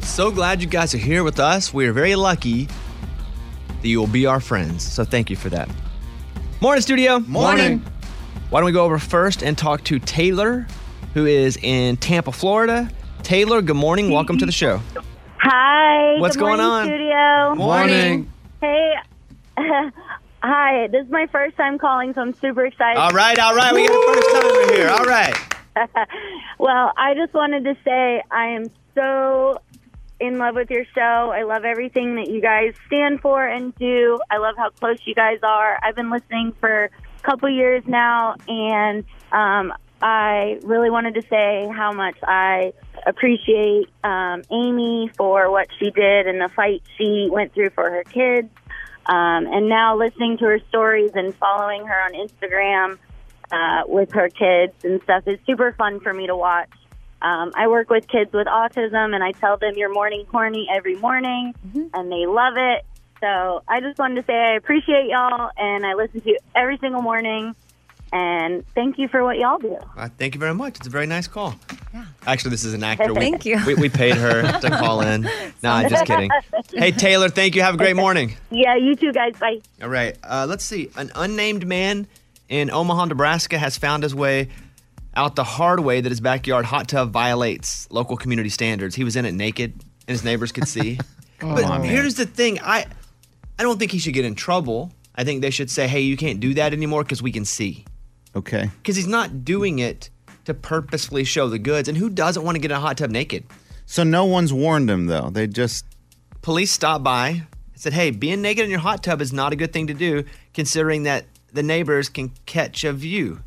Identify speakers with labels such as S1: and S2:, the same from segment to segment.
S1: so glad you guys are here with us. We are very lucky that you will be our friends. So thank you for that. Morning, studio.
S2: Morning.
S1: Why don't we go over first and talk to Taylor, who is in Tampa, Florida. Taylor, good morning. Welcome to the show.
S3: Hi.
S1: What's
S3: good
S1: going
S3: morning,
S1: on?
S3: Studio.
S1: Morning.
S3: Hey. Hi. This is my first time calling, so I'm super excited.
S1: All right, all right. We got a first timer here. All right.
S3: Well, I just wanted to say I am so in love with your show. I love everything that you guys stand for and do. I love how close you guys are. I've been listening for a couple years now, and um, I really wanted to say how much I appreciate um, Amy for what she did and the fight she went through for her kids. Um, and now listening to her stories and following her on Instagram uh, with her kids and stuff is super fun for me to watch. Um, I work with kids with autism, and I tell them your morning corny every morning,
S4: Mm-hmm.
S3: and they love it. So I just wanted to say I appreciate y'all, and I listen to you every single morning. And thank you for what y'all do.
S1: Uh, thank you very much. It's a very nice call. Actually, this is an actor. We,
S4: Thank you.
S1: We, we paid her to call in. Nah, just kidding. Hey, Taylor, thank you. Have a great morning.
S3: Yeah, you too, guys. Bye.
S1: All right. Uh, let's see. An unnamed man in Omaha, Nebraska has found his way out the hard way that his backyard hot tub violates local community standards. He was in it naked and his neighbors could see. but
S2: on, man.
S1: here's the thing I, I don't think he should get in trouble. I think they should say, hey, you can't do that anymore because we can see.
S2: Okay.
S1: Because he's not doing it to purposefully show the goods. And who doesn't want to get in a hot tub naked?
S2: So no one's warned him though. They just
S1: police stopped by and said, "Hey, being naked in your hot tub is not a good thing to do, considering that the neighbors can catch a view."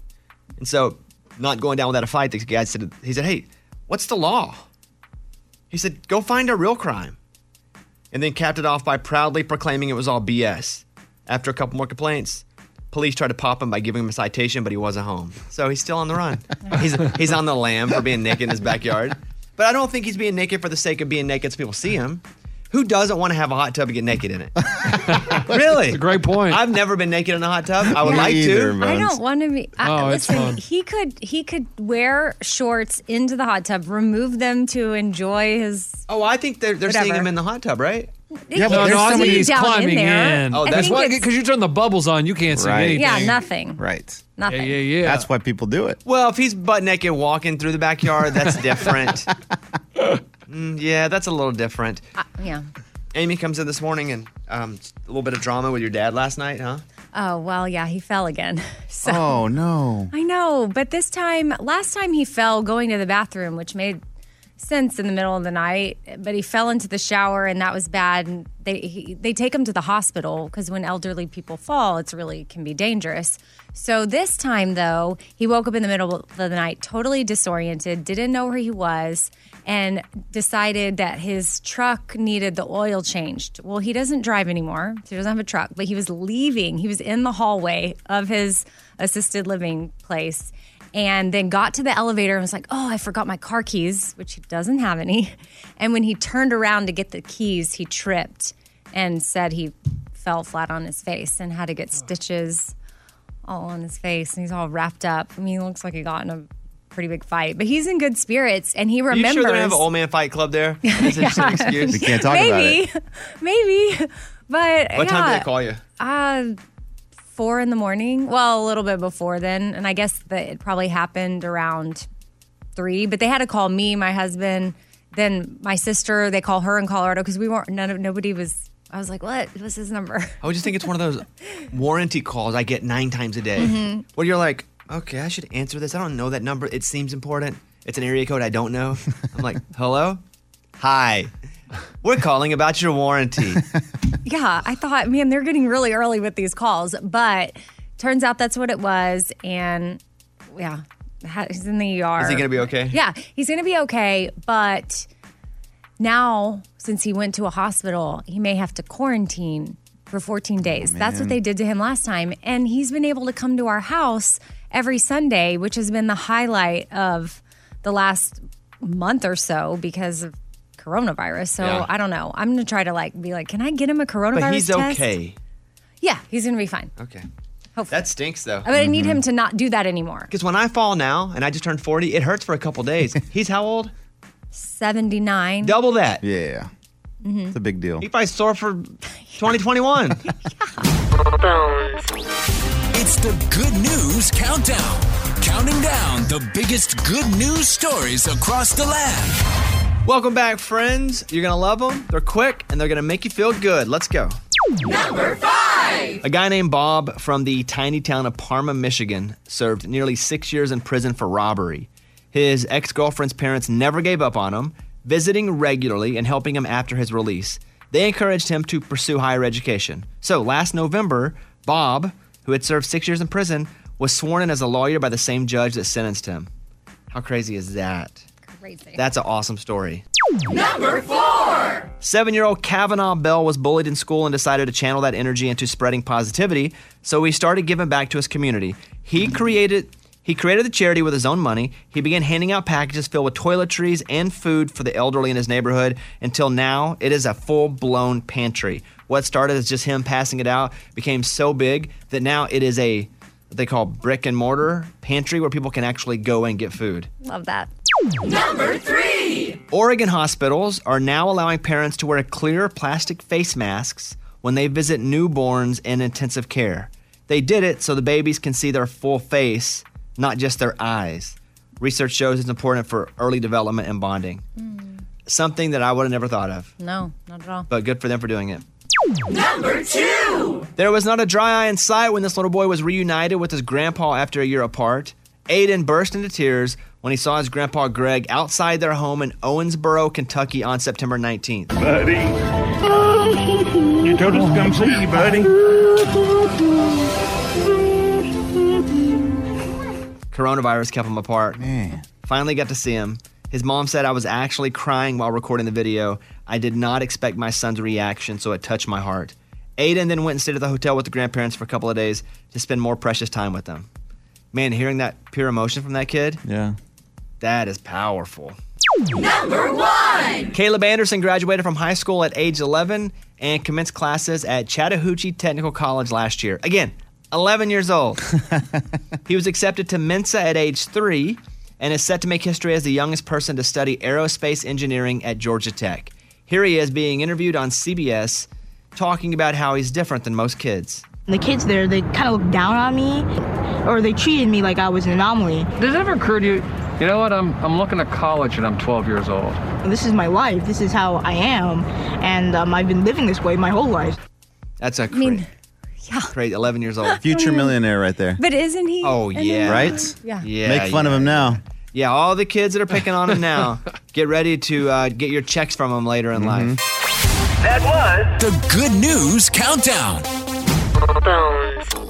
S1: And so, not going down without a fight, the guy said, "He said, hey, what's the law?" He said, "Go find a real crime," and then capped it off by proudly proclaiming it was all BS. After a couple more complaints. Police tried to pop him by giving him a citation, but he wasn't home. So he's still on the run. he's, he's on the lam for being naked in his backyard. But I don't think he's being naked for the sake of being naked so people see him. Who doesn't want to have a hot tub and get naked in it? really?
S5: It's a great point.
S1: I've never been naked in a hot tub. I would
S2: Me
S1: like
S2: either,
S1: to.
S2: man.
S4: I
S2: buns.
S4: don't want to be. I,
S5: Oh, it's
S4: listen,
S5: fun.
S4: he could he could wear shorts into the hot tub, remove them to enjoy his.
S1: Oh, I think they're, they're seeing
S4: Whatever.
S1: him in the hot tub, right?
S5: no,
S2: Yeah, but there's
S5: no, I think
S2: somebody
S5: he's
S4: down
S5: climbing
S4: in
S5: in.
S4: there.
S1: Oh,
S4: I
S1: that's
S4: think
S1: why-
S4: it's-
S5: Because you turn the bubbles on, you can't see
S2: Right.
S5: anything.
S4: yeah, nothing,
S2: right.
S5: Yeah,
S4: nothing.
S5: yeah, yeah.
S2: That's why people do it.
S1: Well, if he's butt naked walking through the backyard, that's different. Mm, yeah, that's a little different.
S4: uh, yeah.
S1: Amy comes in this morning and um, a little bit of drama with your dad last night, huh?
S4: Oh well, yeah, he fell again. So
S2: Oh no.
S4: I know, but this time, last time he fell going to the bathroom, which made sense in the middle of the night. But he fell into the shower, and that was bad. And they he, they take him to the hospital because when elderly people fall, it's really can be dangerous. So this time, though, he woke up in the middle of the night, totally disoriented, didn't know where he was, and decided that his truck needed the oil changed. Well, he doesn't drive anymore, so he doesn't have a truck. But he was leaving. He was in the hallway of his assisted living place and then got to the elevator and was like, oh, I forgot my car keys, which he doesn't have any. And when he turned around to get the keys, he tripped and said he fell flat on his face and had to get stitches all on his face. And he's all wrapped up. I mean, he looks like he got in a pretty big fight, but he's in good spirits and he
S1: Are you sure
S4: remembers.
S1: they don't have an old man fight club there? That's an interesting excuse.
S2: We can't talk about
S4: maybe,
S2: it.
S4: maybe. But
S1: What
S4: yeah,
S1: time did they call you?
S4: uh, four in the morning. Well, a little bit before then, and I guess that it probably happened around three. But they had to call me, my husband, then my sister. They call her in Colorado because we weren't. None of nobody was. I was like, what? What's his number?
S1: I would just think it's one of those warranty calls I get nine times a day
S4: Mm-hmm.
S1: where you're like, okay, I should answer this. I don't know that number. It seems important. It's an area code I don't know. I'm like, hello? Hi. We're calling about your warranty.
S4: yeah, I thought, man, they're getting really early with these calls, but turns out that's what it was, and yeah, ha- he's in the ER.
S1: Is he gonna be okay?
S4: Yeah, he's gonna be okay, but now since he went to a hospital, he may have to quarantine for 14 days.
S1: Oh,
S4: that's what they did to him last time, and he's been able to come to our house every Sunday, which has been the highlight of the last month or so because of coronavirus. So
S1: Yeah.
S4: I don't know. I'm gonna try to like be like, can I get him a coronavirus
S1: But he's
S4: test?
S1: okay.
S4: Yeah, he's gonna be fine.
S1: Okay. Mm-hmm.
S4: Hopefully.
S1: That stinks though.
S4: but I need
S2: Mm-hmm.
S4: him to not do that anymore.
S1: Because when I fall now and I just turned 40, it hurts for a couple days. He's how old?
S4: 79.
S1: Double that.
S2: Yeah.
S4: Mm-hmm.
S2: It's a big deal.
S1: You probably store for 2021.
S6: It's the Good News Countdown. Counting down the biggest good news stories across the land.
S1: Welcome back, friends. You're going to love them. They're quick and they're going to make you feel good. Let's go. Number five. A guy named Bob from the tiny town of Parma, Michigan, served nearly six years in prison for robbery. His ex girlfriend's parents never gave up on him, visiting regularly and helping him after his release. They encouraged him to pursue higher education. So last November, Bob, who had served six years in prison, was sworn in as a lawyer by the same judge that sentenced him. How crazy is that?
S4: Crazy.
S1: That's an awesome story. Number four. Seven year old Kavanaugh Bell was bullied in school and decided to channel that energy into spreading positivity, so he started giving back to his community. He created he created the charity with his own money. He began handing out packages filled with toiletries and food for the elderly in his neighborhood. Until now, it is a full blown pantry. What started as just him passing it out became so big that now it is a what they call brick and mortar pantry where people can actually go and get food.
S4: Love that.
S1: Oregon hospitals are now allowing parents to wear clear plastic face masks when they visit newborns in intensive care. They did it so the babies can see their full face, not just their eyes. Research shows it's important for early development and bonding. Something that I would have never thought of,
S4: No, not at all.
S1: but good for them for doing it. Number two! There was not a dry eye in sight when this little boy was reunited with his grandpa after a year apart. Aiden burst into tears when he saw his grandpa Greg outside their home in Owensboro, Kentucky on September 19th.
S7: buddy. You told us to come see you, buddy.
S1: Coronavirus kept them apart.
S2: Man.
S1: Finally got to see him. His mom said I was actually crying while recording the video. I did not expect my son's reaction, so it touched my heart. Aiden then went and stayed at the hotel with the grandparents for a couple of days to spend more precious time with them. Man, hearing that pure emotion from that kid,
S2: Yeah.
S1: that is powerful. Number one! Caleb Anderson graduated from high school at age 11 and commenced classes at Chattahoochee Technical College last year. Again, 11 years old. he was accepted to Mensa at age three and is set to make history as the youngest person to study aerospace engineering at Georgia Tech. Here he is being interviewed on CBS talking about how he's different than most kids.
S8: The kids there, they kind of looked down on me, or they treated me like I was an anomaly.
S5: Does it ever occur to you, you know what, I'm, I'm looking at college and I'm 12 years old.
S8: This is my life. This is how I am, and um, I've been living this way my whole life.
S1: That's a cra-
S4: mean, yeah.
S1: crazy 11 years old.
S2: Future millionaire right there.
S4: But isn't he?
S1: Oh,
S4: an
S1: yeah.
S4: anomaly?
S2: Right?
S4: Yeah.
S1: Yeah,
S2: Make fun of him now.
S1: Yeah, all the kids that are picking on him now, get ready to uh, get your checks from him later in
S2: Mm-hmm.
S1: life.
S6: The Good News Countdown.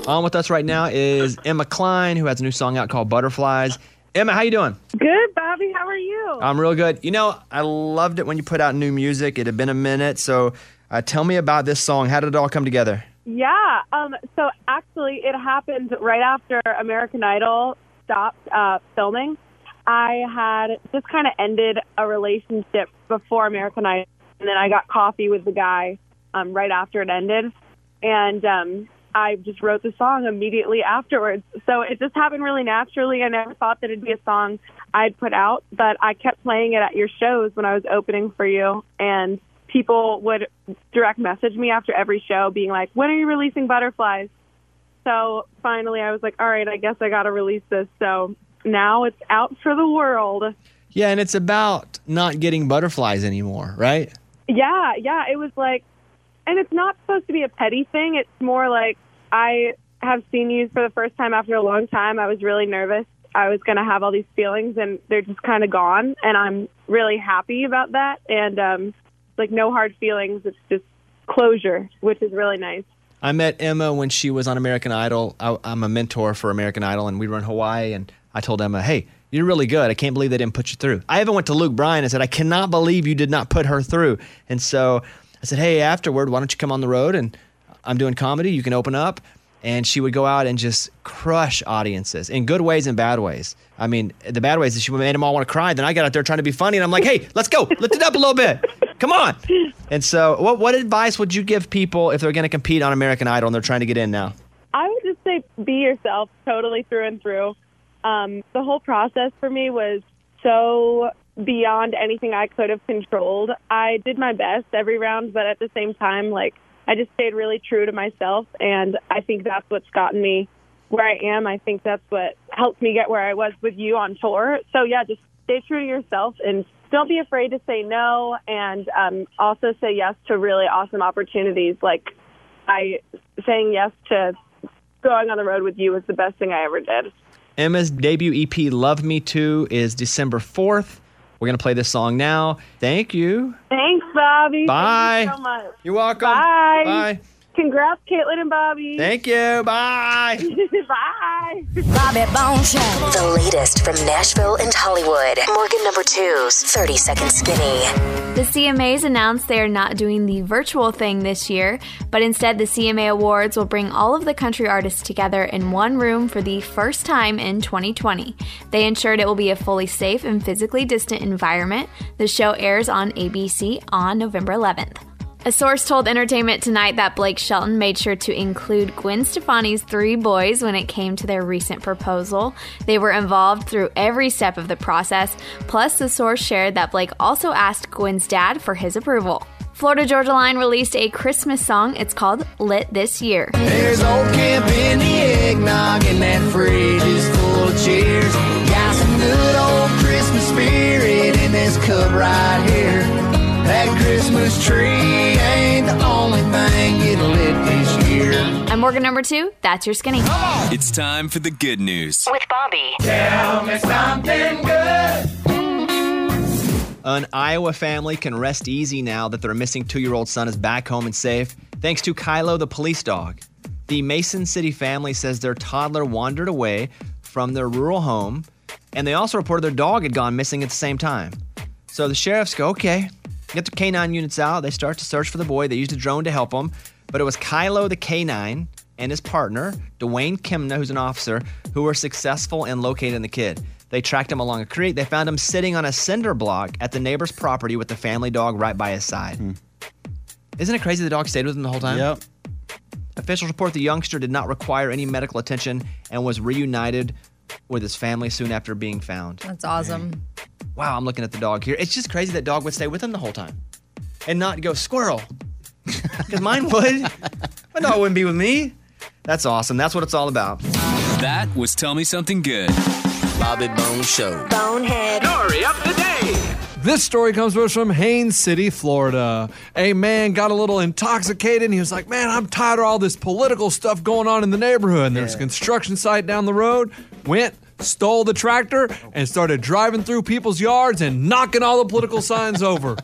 S1: On with us right now is Emma Klein, who has a new song out called Butterflies. Emma, how you doing?
S9: Good, Bobby. How are you?
S1: I'm real good. You know, I loved it when you put out new music. It had been a minute, so uh, tell me about this song. How did it all come together?
S10: Yeah. Um, so actually, it happened right after American Idol stopped uh, filming. I had just kind of ended a relationship before American Idol, and then I got coffee with the guy um, right after it ended, and um, I just wrote the song immediately afterwards. So it just happened really naturally. I never thought that it'd be a song I'd put out, but I kept playing it at your shows when I was opening for you, and people would direct message me after every show being like, when are you releasing Butterflies? So finally I was like, all right, I guess I got to release this. So now it's out for the world.
S1: Yeah, and it's about not getting butterflies anymore, right?
S10: Yeah, yeah. It was like, and it's not supposed to be a petty thing. It's more like I have seen you for the first time after a long time. I was really nervous. I was going to have all these feelings, and they're just kind of gone. And I'm really happy about that. And um, like, no hard feelings. It's just closure, which is really nice.
S1: I met Emma when she was on American Idol. I, I'm a mentor for American Idol, and we were in Hawaii. And I told Emma, "Hey, you're really good. I can't believe they didn't put you through." I even went to Luke Bryan and said, "I cannot believe you did not put her through." And so I said, "Hey, afterward, why don't you come on the road? And I'm doing comedy. You can open up." And she would go out and just crush audiences in good ways and bad ways. I mean, the bad ways is she made them all want to cry. Then I got out there trying to be funny, and I'm like, "Hey, let's go, lift it up a little bit. Come on." And so, what what advice would you give people if they're going to compete on American Idol and they're trying to get in now?
S10: I would just say be yourself totally through and through. Um, the whole process for me was so
S11: beyond anything I could have controlled. I did my best every round, but at the same time, like I just stayed really true to myself, and I think that's what's gotten me where I am. I think that's what helped me get where I was with you on tour. So yeah, just stay true to yourself and don't be afraid to say no, and um, also say yes to really awesome opportunities. Like I saying yes to going on the road with you was the best thing I ever did.
S1: Emma's debut EP, Love Me Too, is December 4th. We're going to play this song now. Thank you.
S11: Thanks, Bobby.
S1: Bye.
S11: Thank you so much.
S1: You're welcome.
S11: Bye.
S1: Bye.
S11: Congrats, Caitlin and Bobby.
S1: Thank you. Bye.
S11: Bye.
S10: Bobby Bones Show. The latest from Nashville and Hollywood. Morgan number two's 30 Second Skinny.
S12: The CMAs announced they are not doing the virtual thing this year, but instead the CMA Awards will bring all of the country artists together in one room for the first time in 2020. They ensured it will be a fully safe and physically distant environment. The show airs on ABC on November 11th. A source told Entertainment Tonight that Blake Shelton made sure to include Gwen Stefani's three boys when it came to their recent proposal. They were involved through every step of the process. Plus, the source shared that Blake also asked Gwen's dad for his approval. Florida Georgia Line released a Christmas song. It's called Lit This Year.
S13: There's old camp in the eggnog, and that fridge is full of cheers. Got some good old Christmas spirit in this cup right here. That Christmas tree ain't the only thing getting lit this year.
S12: I'm Morgan number two. That's your skinny.
S6: It's time for the good news.
S10: With Bobby.
S13: Tell me something good.
S1: An Iowa family can rest easy now that their missing two year old son is back home and safe, thanks to Kylo the police dog. The Mason City family says their toddler wandered away from their rural home, and they also reported their dog had gone missing at the same time. So the sheriffs go, okay, get the canine units out. They start to search for the boy. They used a drone to help him, but it was Kylo the canine and his partner, Dwayne Kimna, who's an officer, who were successful in locating the kid. They tracked him along a creek. They found him sitting on a cinder block at the neighbor's property with the family dog right by his side. Isn't it crazy the dog stayed with him the whole time? Yep. Officials report the youngster did not require any medical attention and was reunited with his family soon after being found.
S4: That's awesome.
S1: Wow, I'm looking at the dog here. It's just crazy that dog would stay with him the whole time and not go squirrel. Because mine would. My dog wouldn't be with me. That's awesome. That's what it's all about.
S6: That was Tell Me Something Good. Bobby Bone Show.
S10: Bonehead.
S6: Story of the day.
S5: This story comes to us from Haines City, Florida. A man got a little intoxicated and he was like, Man, I'm tired of all this political stuff going on in the neighborhood. And there's a construction site down the road. Went, stole the tractor, and started driving through people's yards and knocking all the political signs over.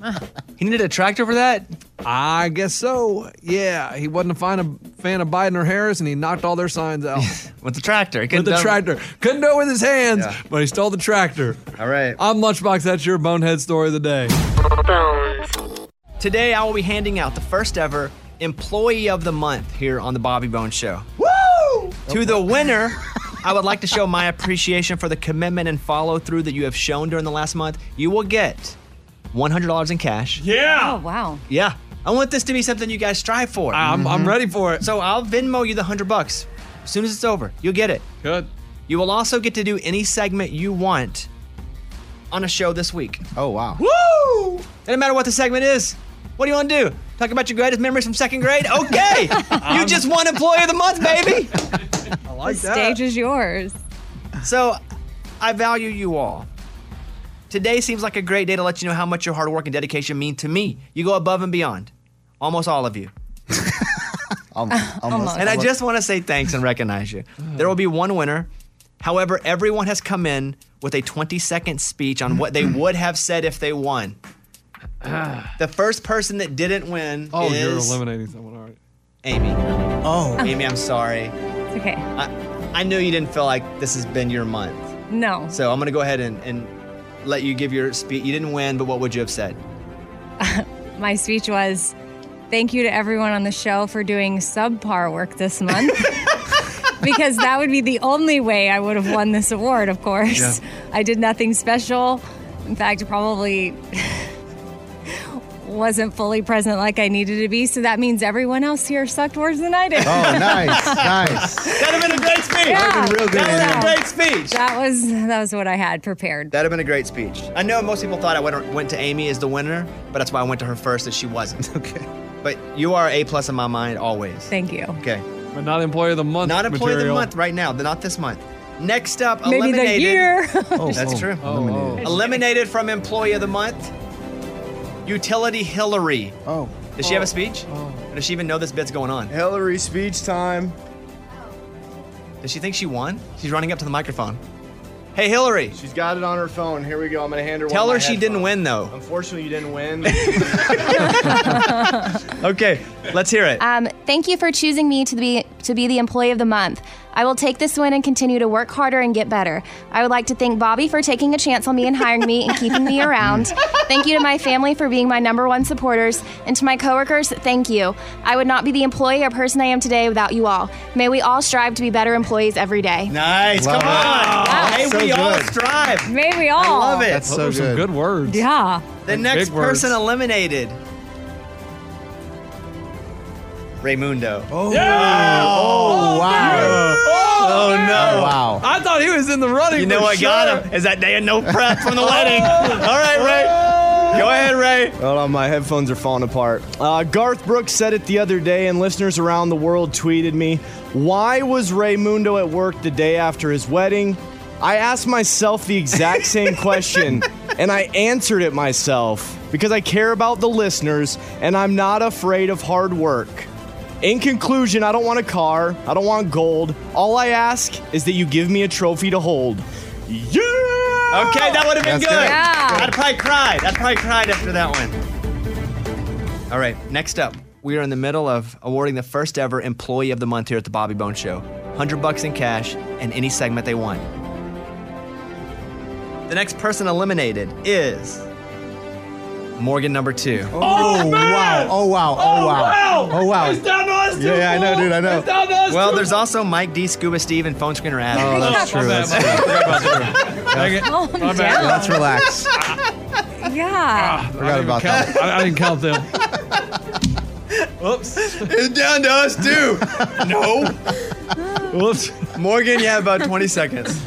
S1: He needed a tractor for that?
S5: I guess so. Yeah. He wasn't a fan of, fan of Biden or Harris and he knocked all their signs out.
S1: With the tractor. He
S5: with
S1: couldn't
S5: the
S1: do it-
S5: tractor. Couldn't do it with his hands,
S1: Yeah.
S5: but he stole the tractor.
S1: All right.
S5: I'm Lunchbox. That's your Bonehead story of the day.
S1: Today, I will be handing out the first ever Employee of the Month here on the Bobby Bones Show. Woo! To the winner, I would like to show my appreciation for the commitment and follow through that you have shown during the last month. You will get $100 in cash.
S5: Yeah.
S4: Oh, wow.
S1: Yeah. I want this to be something you guys strive for. Mm-hmm.
S5: I'm, I'm ready for it.
S1: So I'll Venmo you the 100 bucks. As soon as it's over, you'll get it.
S5: Good.
S1: You will also get to do any segment you want on a show this week.
S2: Oh wow.
S1: Woo! Doesn't matter what the segment is. What do you want to do? Talk about your greatest memories from second grade? Okay!
S2: Um,
S1: you just won Employee of the Month, baby!
S5: I like
S4: The stage is yours.
S1: So I value you all. Today seems like a great day to let you know how much your hard work and dedication mean to me. You go above and beyond. Almost all of you.
S2: Almost. almost. Oh.
S1: And I just want to say thanks and recognize you. There will be one winner. However, everyone has come in with a 20 second speech on what they would have said if they won. The first person that didn't win
S5: Oh,
S1: is
S5: you're eliminating someone. All right.
S1: Amy.
S2: Oh.
S1: Amy, I'm sorry.
S4: It's okay.
S1: I, I know you didn't feel like this has been your month.
S4: No.
S1: So I'm going to go ahead and, and let you give your speech. You didn't win, but what would you have said?
S4: My speech was thank you to everyone on the show for doing subpar work this month. because that would be the only way I would have won this award, of course. I did nothing special. In fact, probably wasn't fully present like I needed to be. So that means everyone else here sucked worse than I
S1: Oh,
S4: did.
S1: nice. That'd have been a great speech.
S4: Yeah. That'd have been real good.
S1: That'd have been a great speech.
S4: That was that was what I had prepared.
S1: That'd have been a great speech. I know most people thought I went, went to Amy as the winner, but that's why I went to her first, and she wasn't. Okay. But you are a plus in my mind always.
S4: Thank you.
S1: Okay.
S5: But not employee of the month.
S1: Not employee of the
S5: material.
S1: month right now. Not this month. Next up,
S4: Maybe the
S1: eliminated.
S4: year.
S1: Oh, that's true. eliminated. from employee of the month. Utility Hillary. Oh. Does she have a speech? Oh. Does she even know this bit's going on? Hillary speech time. Does she think she won? She's running up to the microphone. Hey, Hillary.
S14: She's got it on her phone. Here we go. I'm gonna hand her.
S1: Tell
S14: one
S1: her
S14: of my
S1: she didn't win though.
S14: headphones. Unfortunately, you didn't win.
S1: okay, let's hear it.
S15: Um, thank you for choosing me to be to be the employee of the month. I will take this win and continue to work harder and get better. I would like to thank Bobby for taking a chance on me and hiring me and keeping me around. Thank you to my family for being my number one supporters, and to my coworkers, thank you. I would not be the employee or person I am today without you all. May we all strive to be better employees every day.
S1: Nice. Come on. Hey,
S15: so
S1: we all
S15: good.
S1: strive.
S4: May we all.
S1: I love it.
S5: That's so some good words.
S4: Yeah.
S1: The next
S5: big words.
S1: person eliminated. Raymundo. Oh,
S5: Oh, wow.
S1: Oh, no. Wow.
S5: I thought he was in the running.
S1: You know
S5: for
S1: what
S5: sure.
S1: got him? Is that day of no prep from the wedding. All right, Ray.
S5: Oh.
S1: Go ahead, Ray.
S14: Hold on, uh, my headphones are falling apart. Uh, Garth Brooks said it the other day, and listeners around the world tweeted me, Why was Raymundo at work the day after his wedding? I asked myself the exact same question, and I answered it myself because I care about the listeners and I'm not afraid of hard work. In conclusion, I don't want a car, I don't want gold. All I ask is that you give me a trophy to hold. Yeah!
S1: Okay, that would have been
S14: That's good.
S1: good.
S14: Yeah.
S1: I'd probably cried. I'd probably cried after that one. All right, next up, we are in the middle of awarding the first ever Employee of the Month here at the Bobby Bone Show. 100 bucks in cash and any segment they want. The next person eliminated is Morgan number two.
S2: Oh, wow. Oh, wow. Oh, wow. Oh, wow.
S1: It's
S5: down to us
S1: two,
S2: Yeah, I know, dude. I know.
S1: Well, there's also Mike D, Scuba Steve, and Phone Screener Adam.
S2: Oh, that's true, that's true. I forgot about
S4: Calm
S1: bad.
S4: down.
S1: Let's relax.
S16: Ah.
S4: Yeah.
S5: Forgot about that. I, I didn't count them.
S1: Whoops. It's down to us too. no. Whoops. Morgan, you have about 20 seconds.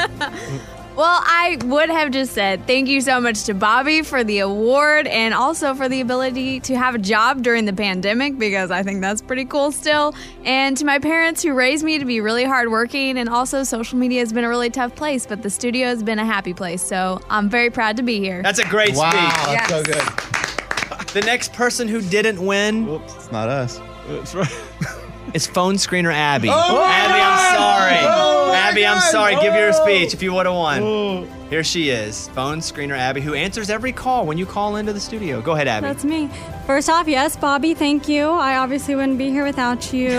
S12: Well, I would have just said thank you so much to Bobby for the award and also for the ability to have a job during the pandemic because I think that's pretty cool still. And to my parents who raised me to be really hardworking and also social media has been a really tough place, but the studio has been a happy place. So I'm very proud to be here.
S1: That's a great
S12: Wow,
S1: speech.
S12: that's so Yes.
S1: The next person who didn't win. it's not us. It's phone screener Abby.
S2: Oh my
S1: Abby,
S2: God!
S1: I'm sorry.
S2: Oh my
S1: Abby, I'm
S2: God!
S1: sorry. Give your
S2: Oh!
S1: speech if you would have won. Here she is, phone screener Abby, who answers every call when you call into the studio. Go ahead, Abby.
S17: That's me. First off, yes, Bobby, thank you. I obviously wouldn't be here without you.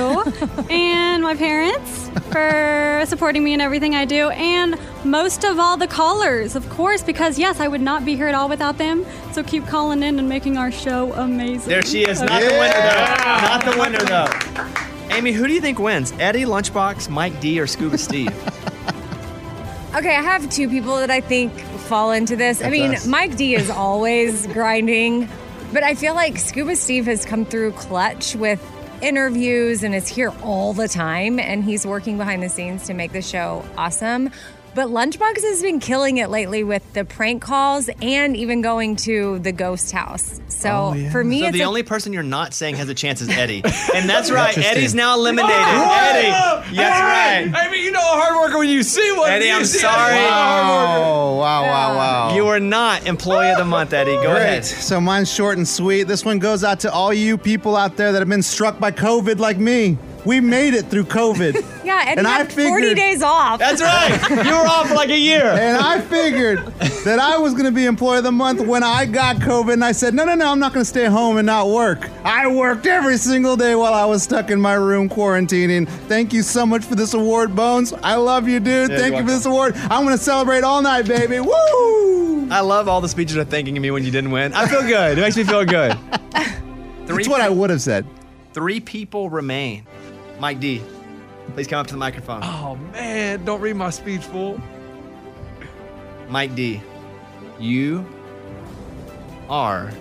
S17: and my parents for supporting me in everything I do. And most of all, the callers, of course, because yes, I would not be here at all without them. So keep calling in and making our show amazing.
S1: There she is. Not the winner, though. Not the winner, though. Amy, who do you think wins? Eddie, Lunchbox, Mike D, or Scuba Steve?
S4: Okay, I have two people that I think fall into this. I
S1: That's
S4: mean,
S1: us.
S4: Mike D is always grinding, but I feel like Scuba Steve has come through clutch with interviews and is here all the time, and he's working behind the scenes to make the show awesome. But Lunchbox has been killing it lately with the prank calls and even going to the ghost house.
S2: Oh,
S4: So for me,
S1: so
S4: it's
S1: the
S4: a-
S1: only person you're not saying has a chance is Eddie, and that's right.
S5: Interesting.
S1: Eddie's now eliminated.
S5: Oh,
S1: Eddie, that's right.
S5: I mean, you know a hard worker when you see one.
S1: Eddie,
S5: You
S1: I'm
S5: see a
S1: sorry.
S5: hard worker.
S1: wow, wow, wow. You are not employee of the month, Eddie. Go
S2: Great.
S1: ahead.
S2: So mine's short and sweet. This one goes out to all you people out there that have been struck by COVID like me. We made it through COVID.
S4: yeah, Eddie had 40 days off.
S1: a year.
S2: And I figured that I was going to be employee of the month when I got COVID. And I said, no, no, no, I'm not going to stay home and not work. I worked every single day while I was stuck in my room quarantining. Thank you so much for this award, Bones. I love you, dude.
S1: Yeah,
S2: Thank
S1: you're
S2: you for this award. I'm going to celebrate all night, baby. Woo!
S1: I love all the speeches of thanking me when you didn't win. I feel good. It makes me feel good. Three,
S2: That's what I would have said.
S1: three people remain. Mike D, please come up to the microphone.
S5: Oh man, don't read my speech, fool.
S1: Mike D, you are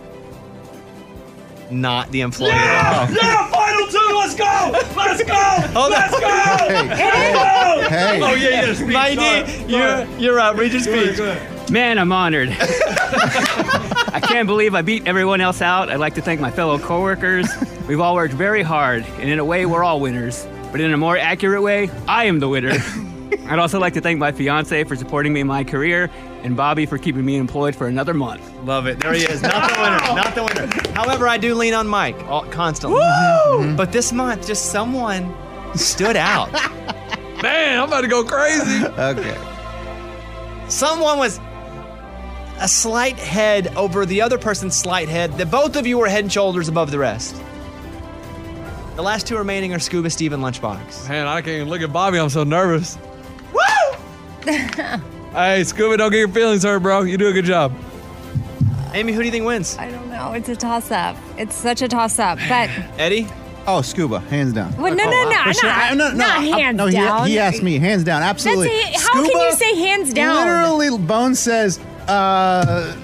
S1: not the employee.
S16: Yeah! Yeah! Final two! Let's go! Let's go!
S1: Hold
S16: Let's
S1: on.
S16: go!
S1: Hey.
S16: Let's go!
S1: Hey.
S16: Oh, yeah, you gotta speak.
S1: Mighty,
S16: you're,
S1: you're up. Read your speech.
S18: Man, I'm honored. I can't believe I beat everyone else out. I'd like to thank my fellow coworkers. We've all worked very hard, and in a way, we're all winners. But in a more accurate way, I am the winner. I'd also like to thank my fiance for supporting me in my career, and Bobby for keeping me employed for another month.
S1: Love it. There he is. Not the winner. Not the winner. However, I do lean on Mike all, constantly. But this month, just someone stood out. Man, I'm about to go crazy. okay. Someone was a slight head over the other person's slight head. That both of you were head and shoulders above the rest. The last two remaining are Scuba Steve and Lunchbox.
S5: Man, I can't even look at Bobby. I'm so nervous. Hey, Scuba, don't get your feelings hurt, bro. You do a good job.
S1: Amy, who do you think wins?
S4: I don't know. It's a toss up. It's such a toss up. But
S1: Eddie?
S2: Oh, scuba, hands down.
S4: Well, no, no, no,
S2: oh, For sure.
S4: not-
S2: I- no, no,
S4: not
S2: I-
S4: hands
S2: no, he-
S4: down.
S2: He, asked me, hands down, absolutely.
S4: That's a- how can you say hands down?
S2: Literally, Bone says, uh,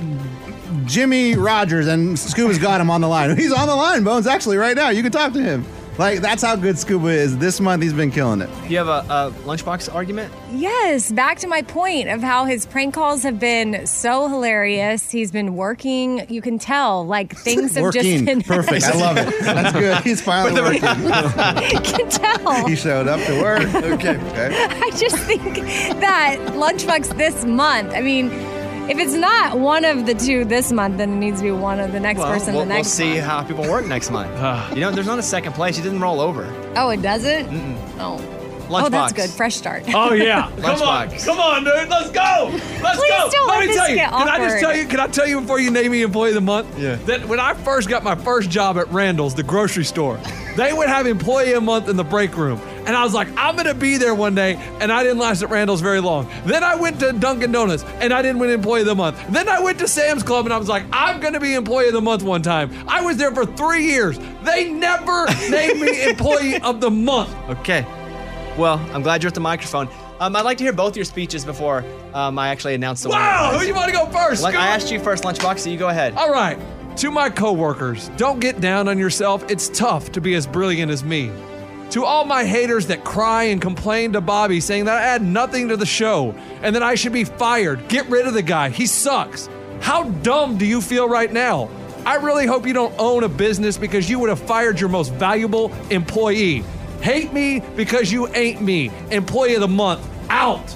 S2: Jimmy Rogers, and Scuba's got him on the line. He's on the line, Bone's actually right now. You can talk to him. Like, that's how good Scuba is. This month, he's been killing it.
S1: Do you have a, a Lunchbox argument?
S4: Yes, back to my point of how his prank calls have been so hilarious. He's been working. You can tell, like things have just
S2: Working.
S4: been
S2: Perfect. I love it. That's good. He's finally working.
S4: you can tell.
S2: he showed up to work. Okay. okay.
S4: I just think that lunchbox this month. I mean, if it's not one of the two this month, then it needs to be one of the next
S1: Well,
S4: person
S1: we'll,
S4: the
S1: we'll
S4: next.
S1: see how people work next month. you know, there's not a second place. It didn't roll over.
S4: Oh, it doesn't. Oh. Oh, that's
S1: Lunchbox.
S4: good. Fresh start.
S5: Lunchbox.
S16: Come on, Oh, come on, dude. Let's go. Let's
S4: Please
S16: go.
S4: don't
S5: Let
S4: let
S5: me
S4: this
S5: tell you.
S4: get
S5: Can I just
S4: awkward.
S5: tell you? Can I tell you before you name me employee of the month? Yeah. That when I first got my first job at Randall's, the grocery store, they would have employee of the month in the break room, and I was like, I'm gonna be there one day, and I didn't last at Randall's very long. Then I went to Dunkin' Donuts, and I didn't win employee of the month. Then I went to Sam's Club, and I was like, I'm gonna be employee of the month one time. I was there for three years. They never named me employee of the month.
S1: Okay. Well, I'm glad you're at the microphone. Um, I'd like to hear both your speeches before um, I actually announce the
S5: Wow,
S1: winner.
S5: who you wanna go first?
S1: Like,
S5: Go.
S1: I asked you first, Lunchbox, so you go ahead.
S5: All right. To my coworkers, don't get down on yourself. It's tough to be as brilliant as me. To all my haters that cry and complain to Bobby saying that I add nothing to the show and that I should be fired, get rid of the guy. He sucks. How dumb do you feel right now? I really hope you don't own a business because you would have fired your most valuable employee. Hate me because you ain't me. Employee of the month, out.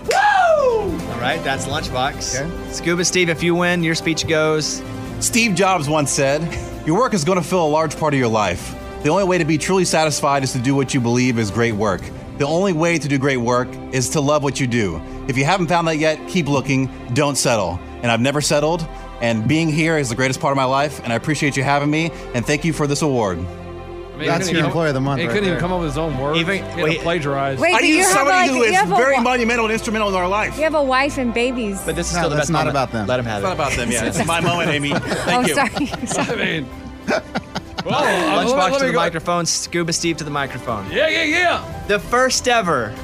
S5: Woo!
S1: All right, that's Lunchbox. Scuba Steve, if you win, your speech goes.
S9: Steve Jobs once said, Your work is going to fill a large part of your life. The only way to be truly satisfied is to do what you believe is great work. The only way to do great work is to love what you do. If you haven't found that yet, keep looking. Don't settle. And I've never settled. And being here is the greatest part of my life. And I appreciate you having me. And thank you for this award.
S5: Man, That's he couldn't your even- employee of the month he right couldn't even there. come up with his own words. Even, had to wait. plagiarize.
S4: Wait,
S9: I
S4: but
S9: use
S4: you have,
S9: somebody
S4: like,
S9: who
S4: you
S9: is
S4: have a
S9: very
S4: wa-
S9: monumental and instrumental in our life.
S4: You have a wife and babies.
S1: But this is
S9: No,
S1: still the
S9: that's
S1: best
S9: not
S1: moment.
S9: about them.
S1: Let him have
S9: It's
S1: it.
S9: not about them, yeah. It's my moment, Amy. Thank
S4: oh,
S9: you.
S4: sorry. sorry.
S5: mean,
S1: Lunchbox
S5: Oh, uh, let me
S1: to the
S5: go-
S1: microphone, Scuba Steve to the microphone.
S5: Yeah, yeah, yeah.
S1: The first ever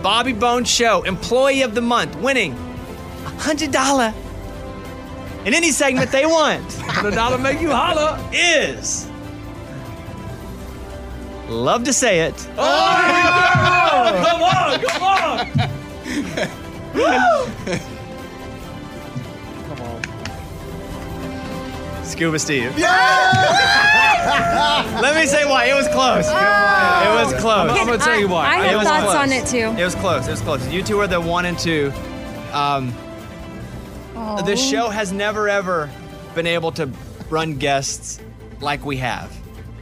S1: Bobby Bone Show Employee of the Month winning $100 in any segment they want.
S5: $100 make you holler.
S1: Is. Love to say it.
S16: Come on, come on.
S1: Scuba Steve.
S16: Yeah!
S1: Let me say why. It was close. It was close.
S4: Can I- Oh. I have
S1: It was
S4: thoughts
S1: close.
S4: on it, too.
S1: It was close. It was close. You two are the one and two. Um,
S4: Oh.
S1: This show has never ever been able to run guests like we have.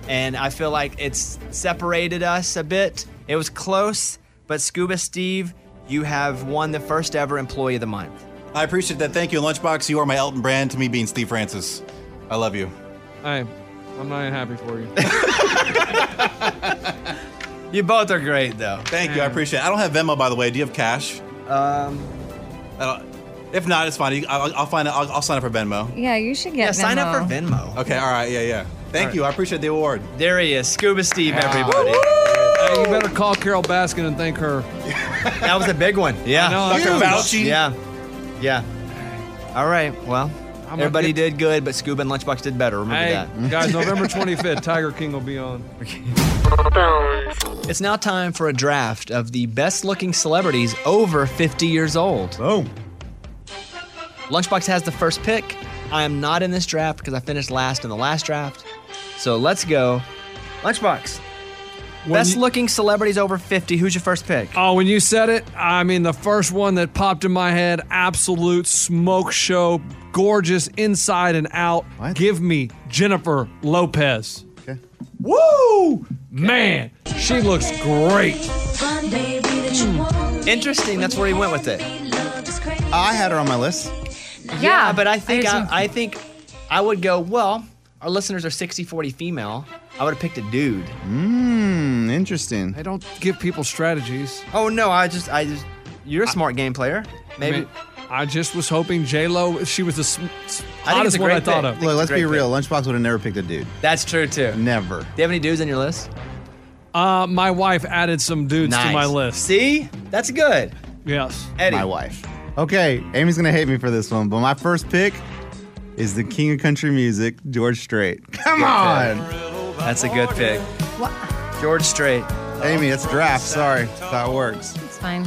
S1: And I feel like it's separated us a bit. It was close, but Scuba Steve, you have won the first ever Employee of the Month.
S9: I appreciate that. Thank you, Lunchbox. You are my Elton Brand to me being Steve Francis. I love you.
S5: I, I'm not even happy for you.
S1: You both are great, though.
S9: Thank you. I appreciate it. I don't have Venmo, by the way. Do you have cash?
S1: Um,
S9: I don't, if not, it's fine. You- I'll, I'll find. I'll, I'll sign up for Venmo.
S4: Yeah, you should get. Venmo.
S1: Venmo.
S9: Okay. All right. Yeah. Yeah. Thank you. I appreciate the award.
S1: There he is, Scuba Steve, everybody.
S5: Hey, you better call Carol Baskin and thank her.
S1: That was a big one. Yeah.
S5: I know, Dr. Huge. Fauci.
S1: Yeah. Yeah. All right. Well.
S5: I might
S1: Everybody
S5: get-
S1: did good, but Scuba and Lunchbox did better. Remember
S5: Hey,
S1: that.
S5: guys, November 25th, Tiger King will be on.
S1: It's now time for a draft of the best looking celebrities over 50 years old.
S2: Oh.
S1: Boom. Lunchbox has the first pick. I am not in this draft because I finished last in the last draft. So let's go. Lunchbox. best looking celebrities over 50. Who's your first pick?
S5: Oh, when you said it, I mean, the first one that popped in my head absolute smoke show, gorgeous inside and out. Give me Jennifer Lopez. Okay. Woo! Man, she looks great.
S1: Interesting. That's where he went with it.
S2: I had her on my list.
S1: Yeah, but I think I, I think I would go, well, our listeners are 60 40 female. I would have picked a dude.
S2: Mmm, interesting.
S5: I don't give people strategies.
S1: Oh no, I just I just you're a smart game player. Maybe
S5: I, mean, I just was hoping J Lo. She was the sm- s- hottest one I thought of.
S2: Look, let's be real. Lunchbox would have never picked a dude.
S1: That's true too.
S2: Never. Do
S1: you have any dudes on your list?
S5: Uh, my wife added some dudes to
S2: Nice.
S5: my list.
S1: See, that's good.
S5: Yes,
S2: My wife. Okay, Amy's gonna hate me for this one, but my first pick is the king of country music, George Strait. Come on.
S1: That's a good pick. George Strait.
S2: Amy, it's draft. Sorry, that works.
S4: It's fine.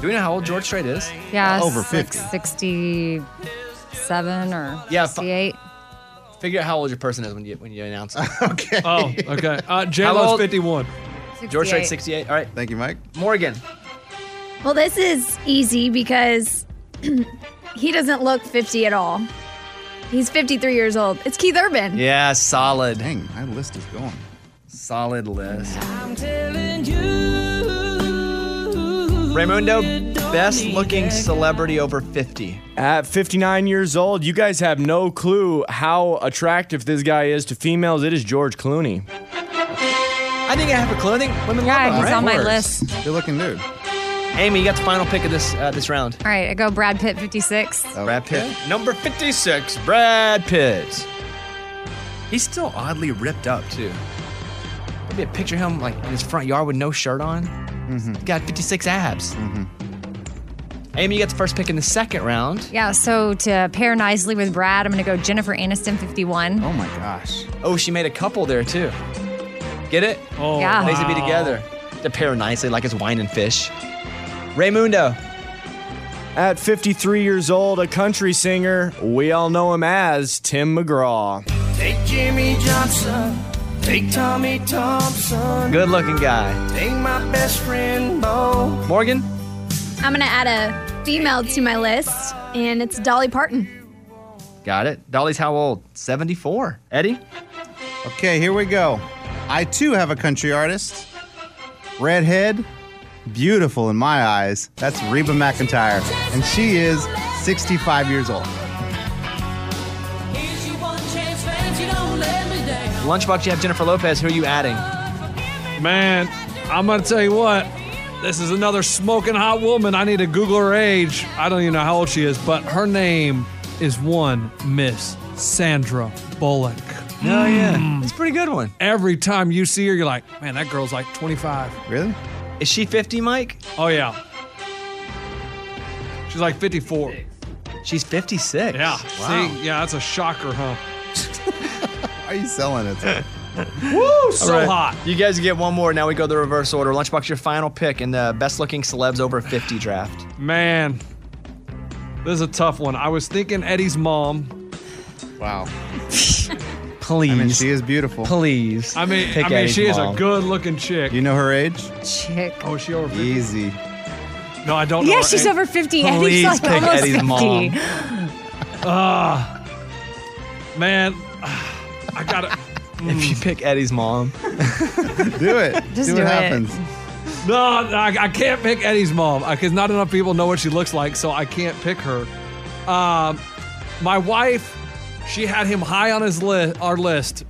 S1: Do we know how old George Strait is?
S4: Yeah.
S1: Over
S4: it's
S1: 50.
S4: Like 67 or
S1: Yeah, fi-
S4: 68.
S1: Figure out how old your person is when you when you announce it.
S2: okay.
S5: Oh, okay. Uh, J
S1: How
S5: Lo's
S1: old-
S5: 51.
S1: George Strait, 68. All right.
S2: Thank you, Mike.
S1: Morgan.
S19: Well, this is easy because he doesn't look 50 at all. He's 53 years old. It's Keith Urban.
S1: Yeah, solid.
S2: Dang, my list is going.
S1: Solid list. Raymundo, best looking celebrity over 50.
S14: At 59 years old, you guys have no clue how attractive this guy is to females. It is George Clooney.
S1: I think I have a clue. I think women
S4: Yeah,
S1: love him,
S4: he's
S1: right?
S4: on my list.
S2: Good looking dude.
S1: Amy, you got the final pick of this uh, this round.
S4: All right, I go Brad Pitt, 56.
S1: Brad Pitt. Number 56, Brad Pitt. He's still oddly ripped up, too. Maybe picture him like in his front yard with no shirt on.
S2: Mm-hmm.
S1: He's got 56 abs. Amy, you got the first pick in the second round.
S4: Yeah, so to pair nicely with Brad, I'm going to go Jennifer Aniston, 51.
S2: Oh my gosh.
S1: Oh, she made a couple there, too. Get it? Oh,
S4: Yeah.
S1: They used to be
S4: wow.
S1: together. To pair nicely, like it's wine and fish. Raymundo.
S14: At 53 years old, a country singer, we all know him as Tim McGraw.
S13: Take Jimmy Johnson. Take Tommy Thompson.
S1: Good looking guy.
S13: Take my best friend, Bo.
S1: Morgan?
S19: I'm going to add a female to my list, and it's Dolly Parton.
S1: Got it. Dolly's how old? 74. Eddie?
S2: Okay, here we go. I too have a country artist. Redhead, beautiful in my eyes. That's Reba McIntyre. And she is 65 years old.
S1: Lunchbox, you have Jennifer Lopez. Who are you adding?
S5: Man, I'm gonna tell you what. This is another smoking hot woman. I need to Google her age. I don't even know how old she is, but her name is one Miss Sandra Bullock. Mm.
S1: Oh yeah, it's a pretty good one.
S5: Every time you see her, you're like, man, that girl's like 25.
S2: Really?
S1: Is she 50, Mike?
S5: Oh yeah. She's like 54.
S1: She's 56.
S5: Yeah.
S1: Wow.
S5: See, yeah, that's a shocker, huh?
S2: Are you selling it?
S5: Woo, so
S1: All right.
S5: hot.
S1: You guys get one more. Now we go the reverse order. Lunchbox, your final pick in the best looking celebs over 50 draft.
S5: Man, this is a tough one. I was thinking Eddie's mom.
S2: Wow.
S1: Please.
S2: I mean, she is beautiful.
S1: Please.
S5: I mean, I mean, she is a good-looking chick.
S2: You know her age?
S4: Chick.
S5: Oh, she over 50?
S2: Easy.
S5: No, I don't know.
S4: Yeah,
S5: her
S4: she's
S5: age.
S4: over 50. Eddie's like almost 50.
S5: Ah, man, I gotta. mm.
S1: If you pick Eddie's mom,
S2: do it.
S5: Just
S2: do
S5: do
S2: what
S5: it.
S2: happens.
S5: No, I, I can't pick Eddie's mom because not enough people know what she looks like, so I can't pick her. Um, my wife, she had him high on his list, our list.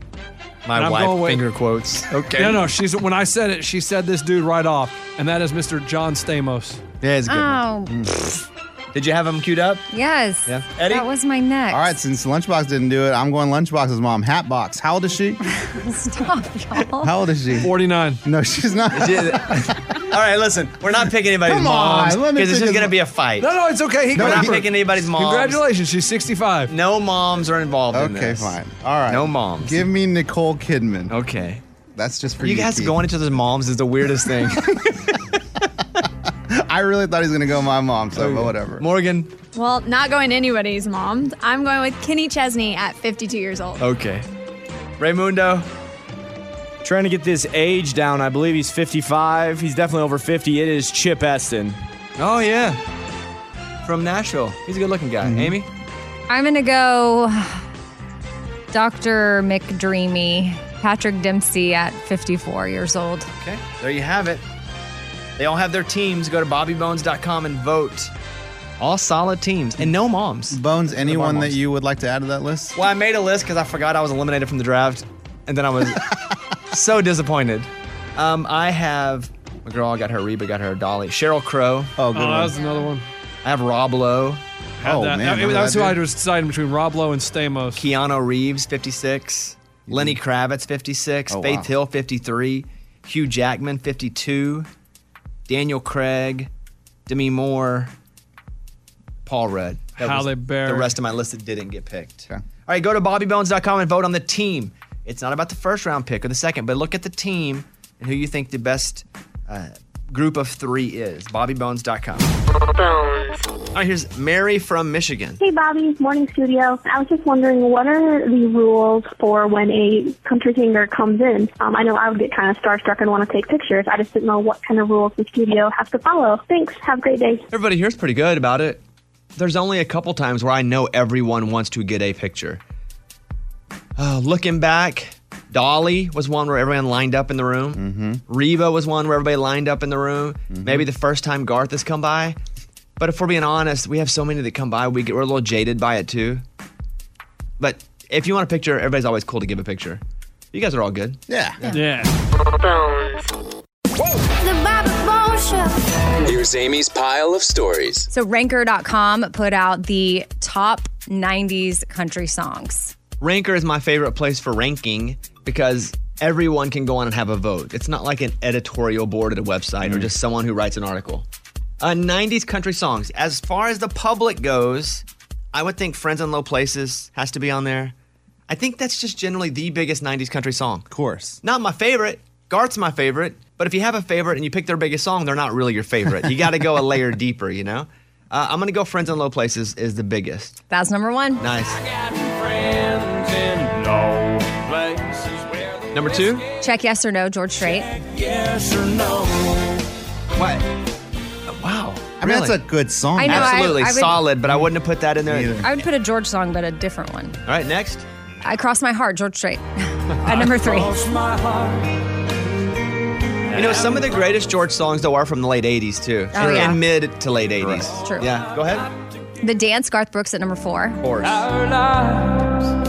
S1: My
S5: And I'm
S1: wife,
S5: going with-
S1: finger quotes. Okay.
S5: No, no, she's when I said it, she said this dude right off, and that is Mr. John Stamos.
S1: Yeah, it's
S4: Oh.
S1: Mm. Did you have them queued up?
S4: Yes.
S1: Yeah.
S4: Eddie? That was my next.
S2: All right, since Lunchbox didn't do it, I'm going Lunchbox's mom. Hatbox. How old is she?
S4: Stop, y'all.
S2: How old is she?
S5: 49.
S2: No, she's not.
S1: All right, listen, we're not picking anybody's
S2: Come on,
S1: moms
S2: let me
S1: because this
S2: pick
S1: is
S2: his
S1: going to
S2: mo-
S1: be a fight.
S2: No, no,
S5: it's okay.
S2: He
S1: we're
S2: can
S1: not
S2: remember.
S1: picking anybody's moms.
S5: Congratulations, she's 65.
S1: No moms are involved in
S2: Okay,
S1: this.
S2: fine. All right.
S1: No moms.
S2: Give me Nicole Kidman.
S1: Okay.
S2: That's just for
S1: You
S2: you.
S1: guys
S2: Keith.
S1: going into those moms is the weirdest thing.
S2: I really thought he was going to go my mom, so but whatever.
S1: Morgan.
S19: Well, not going to anybody's mom. I'm going with Kenny Chesney at 52 years old.
S1: Okay. Raymundo.
S14: Trying to get this age down. I believe he's 55. He's definitely over 50. It is Chip Eston.
S1: Oh, yeah. From Nashville. He's a good looking
S14: Mm-hmm.
S1: guy. Amy?
S4: I'm going to go Dr. McDreamy, Patrick Dempsey at 54 years old.
S1: Okay. There you have it. They all have their teams. Go to bobbybones.com and vote. All solid teams and no moms.
S2: Bones, anyone
S1: moms.
S2: that you would like to add to that list?
S1: Well, I made a list because I forgot I was eliminated from the draft, and then I was so disappointed. Um, I have McGraw got her, Reba got her, Dolly, Cheryl Crow.
S2: Oh,
S5: good Oh, that one. was another one.
S1: I have Rob Lowe.
S5: Had that. That- that was who I was deciding between Rob Lowe and Stamos.
S1: Keanu Reeves, 56. Lenny Kravitz, 56.
S5: Oh,
S1: Faith
S5: wow.
S1: Hill, 53. Hugh Jackman, 52. Daniel Craig, Demi Moore, Paul Rudd. That was
S5: Halle Berry.
S1: The rest of my list that didn't get picked. All right, go to bobbybones.com and vote on the team. It's not about the first round pick or the second, but look at the team and who you think the best uh, group of three is. Bobbybones.com. All right, here's Mary from Michigan.
S20: Hey, Bobby. Morning, studio. I was just wondering, what are the rules for when a country singer comes in? Um, I know I would get kind of starstruck and want to take pictures. I just didn't know what kind of rules the studio has to follow. Thanks. Have a great day.
S1: Everybody here's pretty good about it. There's only a couple times where I know everyone wants to get a picture. Uh, looking back, Dolly was one where everyone lined up in the room. Reba was one where everybody lined up in the room. Maybe the first time Garth has come by. But if we're being honest, we have so many that come by, we get, we're a little jaded by it too. But if you want a picture, everybody's always cool to give a picture. You guys are all good.
S2: Yeah.
S5: Yeah.
S16: Ah.
S10: The Bobby Bones Show.
S8: Here's Amy's pile of stories.
S4: So ranker.com put out the top 90s country songs.
S1: Ranker is my favorite place for ranking because everyone can go on and have a vote. It's not like an editorial board at a website or just someone who writes an article. Uh, 90s country songs. As far as the public goes, I would think Friends in Low Places has to be on there. I think that's just generally the biggest 90s country song. Of
S2: course.
S1: Not my favorite. Garth's my favorite. But if you have a favorite and you pick their biggest song, they're not really your favorite. You got to go a layer deeper, you know? Uh, I'm going to go Friends in Low Places is the biggest.
S4: That's number one.
S1: Nice.
S16: Friends in no places where the
S1: Number two?
S4: Check yes or no, George Strait.
S16: yes or no.
S1: What? Wow.
S2: I mean, that's a good song.
S4: I know, I-
S1: Absolutely
S4: I would-
S1: solid, but I wouldn't have put that in there either.
S4: I would put a George song, but a different one.
S1: All right, next.
S4: I cross my heart, George Strait. At number three.
S1: You know, some of the greatest George songs though are from the late '80s too,
S4: Oh, yeah.
S1: and mid to late '80s.
S4: True.
S1: Yeah. Go ahead.
S4: The Dance, Garth Brooks at number four.
S1: Of course.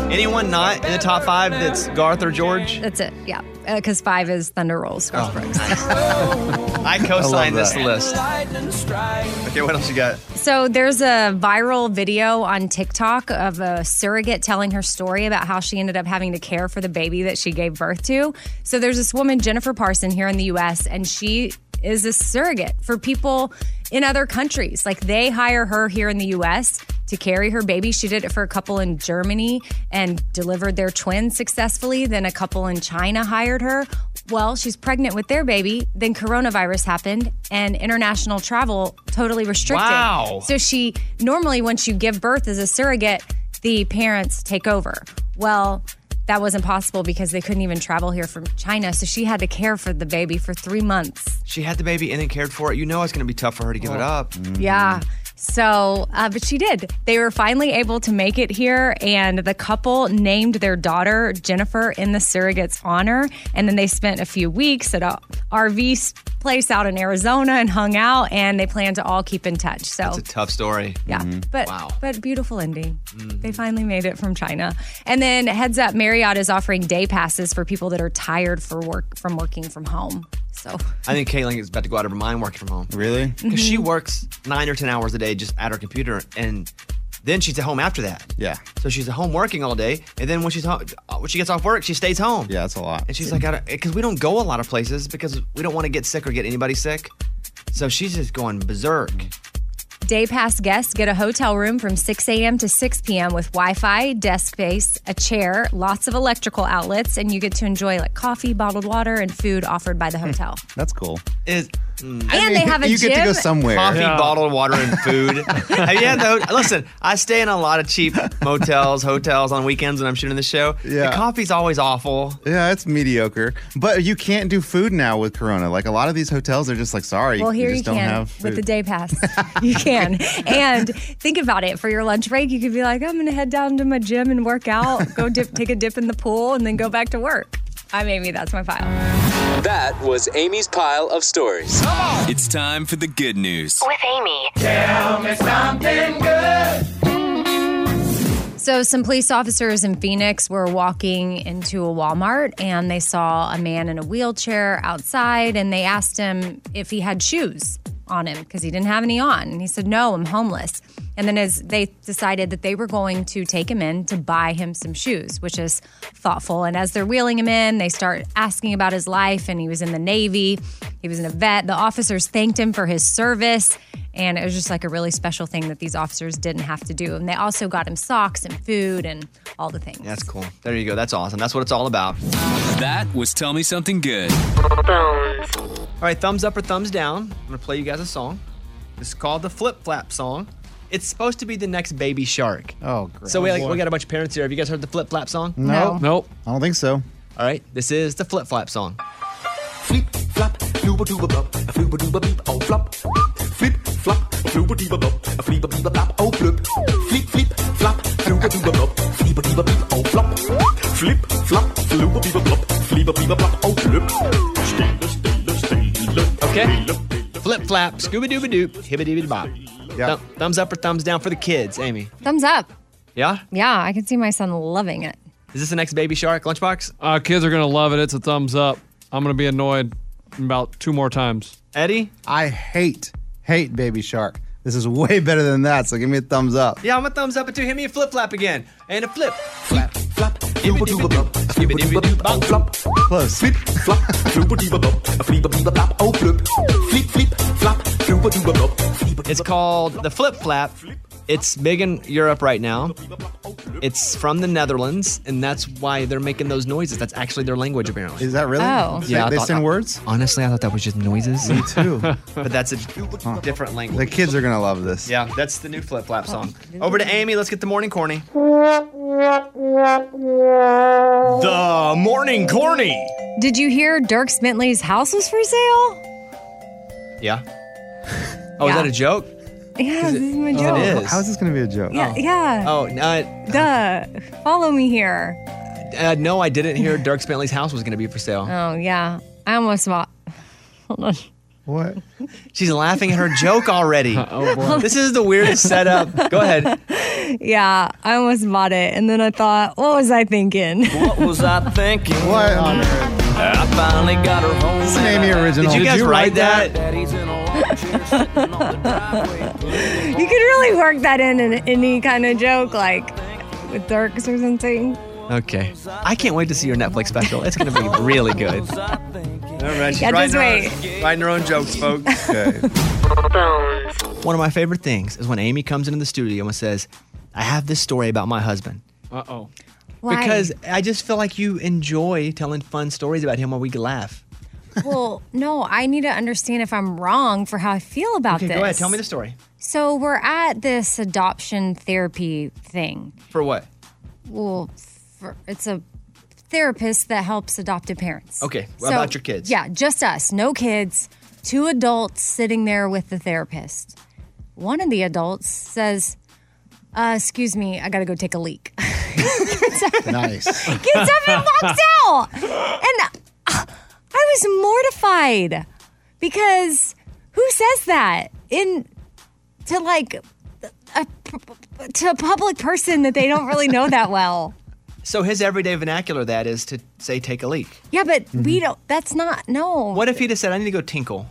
S1: Anyone not in the top five that's Garth or George?
S4: That's it, yeah. Because five is Thunder Rolls, Garth Brooks.
S1: I co-signed this list. Okay, what else you got?
S4: So there's a viral video on TikTok of a surrogate telling her story about how she ended up having to care for the baby that she gave birth to. So there's this woman, Jennifer Parson, here in the US, and she is a surrogate for people in other countries. Like they hire her here in the US to carry her baby. She did it for a couple in Germany and delivered their twin successfully. Then a couple in China hired her. Well, she's pregnant with their baby. Then coronavirus happened and international travel totally restricted.
S21: Wow.
S4: So she normally, once you give birth as a surrogate, the parents take over. Well, that wasn't possible because they couldn't even travel here from China. So she had to care for the baby for three months.
S1: She had the baby and then cared for it. You know it's going to be tough for her to give it up.
S4: Oh. Yeah. So, uh, but she did. They were finally able to make it here, and the couple named their daughter Jennifer in the surrogate's honor. And then they spent a few weeks at a RV s- place out in Arizona and hung out. And they plan to all keep in touch. So,
S1: That's a tough story.
S4: Yeah.
S16: Mm-hmm.
S4: but but beautiful ending. They finally made it from China. And then heads up, Marriott is offering day passes for people that are tired for work from working from home. So
S1: I think Caitlin is about to go out of her mind working from home.
S14: Really?
S1: Because she works nine or ten hours a day just at her computer, and then she's at home after that.
S14: Yeah.
S1: So she's at home working all day, and then when she's home, when she gets off work, she stays home.
S14: Yeah, that's a lot.
S1: And she's like, because we don't go a lot of places because we don't want to get sick or get anybody sick. So she's just going berserk.
S4: Day pass guests get a hotel room from 6 a.m. to 6 p.m. with Wi Fi, desk space, a chair, lots of electrical outlets, and you get to enjoy like coffee, bottled water, and food offered by the hotel.
S2: That's cool.
S1: Is and
S4: I mean, they have a you get to go gym. somewhere.
S1: Coffee,
S4: Yeah.
S1: bottled water, and food. Have you had the- Listen, I stay in a lot of cheap motels, hotels on weekends when I'm shooting the show.
S2: Yeah.
S1: The coffee's always awful.
S2: Yeah, it's mediocre. But you can't do food now with Corona. Like a lot of these hotels are just like, sorry,
S4: well, here
S2: you
S4: you, can
S2: just don't have
S4: with
S2: food.
S4: the day pass. you can. And think about it for your lunch break, you could be like, I'm going to head down to my gym and work out, go dip, take a dip in the pool, and then go back to work. I'm Amy. That's my file.
S8: That was Amy's pile of stories.
S6: It's time for the good news.
S10: With Amy.
S6: Tell
S10: me something good.
S4: So, some police officers in Phoenix were walking into a Walmart and they saw a man in a wheelchair outside and they asked him if he had shoes on him because he didn't have any on. And he said, No, I'm homeless. And then, as they decided that they were going to take him in to buy him some shoes, which is thoughtful. And as they're wheeling him in, they start asking about his life. And he was in the Navy, he was in a vet. The officers thanked him for his service. And it was just like a really special thing that these officers didn't have to do. And they also got him socks and food and all the things.
S1: That's cool. There you go. That's awesome. That's what it's all about.
S6: That was Tell Me Something Good.
S1: All right, thumbs up or thumbs down. I'm going to play you guys a song. It's called the Flip Flap song. It's supposed to be the next Baby Shark.
S2: Oh, great.
S1: So we, like, we got a bunch of parents here. Have you guys heard the Flip Flap song?
S2: No.
S5: Nope.
S2: I don't think so.
S1: All right, this is the Flip Flap song.
S16: Flooba dooba blop, a flooba dooba beep, oh flop. Flip flop, a flooba dooba blop, a flooba dooba blop, oh flip. Flip flip flop, flooba dooba blop, flooba dooba beep, oh flop. Flip flop, flooba dooba blop, flooba dooba blop, oh flip. Stille, stille, stille.
S1: Okay. Flip Flap, Scooby Dooba Doop, Hibba Dibba Bop. Thumb, thumbs up or thumbs down for the kids, Amy?
S4: Thumbs up.
S1: Yeah?
S4: Yeah, I can see my son loving it.
S1: Is this the next Baby Shark lunchbox?
S5: Uh, kids are gonna love it. It's a thumbs up. I'm gonna be annoyed about two more times.
S1: Eddie,
S2: I hate, hate Baby Shark. This is way better than that. So give me a thumbs up.
S1: Yeah, I'm a thumbs up and two. Hit me a flip flap again. And a flip. Flap, flap.
S2: Close.
S16: Flip flop, flooba dooba blop, a flooba dooba blop, oh flip. Flip flip flop, flooba dooba blop,
S1: It's called the Flip Flap. It's big in Europe right now. It's from the Netherlands, and that's why they're making those noises. That's actually their language, apparently.
S2: Is that really?
S1: Oh.
S2: They,
S1: Yeah, I
S2: they
S1: thought-
S2: send words?
S1: Honestly, I thought that was just noises. Me
S2: too.
S1: but that's a different language.
S2: The kids are going to love this.
S1: Yeah, that's the new Flip
S4: Oh,
S1: Flap song. Over to Amy. Let's get the morning corny.
S4: The
S14: morning corny.
S4: Did you hear Dirk Smitley's house was for sale?
S1: Yeah. Oh, is
S4: Yeah.
S1: that a joke?
S4: Yeah, this is my joke.
S1: It is.
S2: Oh, How is this going to be a joke?
S4: Yeah, yeah.
S1: Oh, no,
S4: Duh. Follow me here.
S1: uh, no, I didn't hear Dirk Bentley's house was going to be for sale.
S4: Oh, yeah. I almost bought. Hold on.
S2: What? Oh,
S1: She's laughing at her joke already.
S4: boy.
S1: This is the weirdest setup. Go ahead.
S4: Yeah, I almost bought it. And then I thought, what was I thinking?
S13: What was I thinking? What on earth? I finally got her home. This is
S2: an Amy original.
S1: Did you guys write that?
S4: you could really work that in in any kind of joke, like with Dirks or something.
S1: Okay. I can't wait to see your Netflix special. It's going to be really good. All right. she's
S4: Yeah,
S1: writing
S4: just
S1: her own-
S4: wait.
S1: writing her own jokes, folks. One of my favorite things is when Amy comes into the studio and says, I have this story about my husband.
S5: Uh oh.
S4: Why?
S1: Because I just feel like you enjoy telling fun stories about him while we laugh.
S4: well, no, I need to understand if I'm wrong for how I feel about
S1: Okay,
S4: this.
S1: go ahead. Tell me the story.
S4: So we're at this adoption therapy thing.
S1: For what?
S4: Well, for, it's a therapist that helps adopted parents.
S1: Okay,
S4: So-
S1: about your kids.
S4: Yeah, just us, no kids, two adults sitting there with the therapist. One of the adults says, uh, "Excuse me, I got to go take a leak."
S2: Nice.
S4: Gets up and walks out, and uh, I was mortified because who says that in to like a, to a public person that they don't really know that well?
S1: So his everyday vernacular that is to say take a leak.
S4: Yeah, but
S1: Mm-hmm.
S4: we don't. That's not no.
S1: What if he'd have said, I need to go tinkle?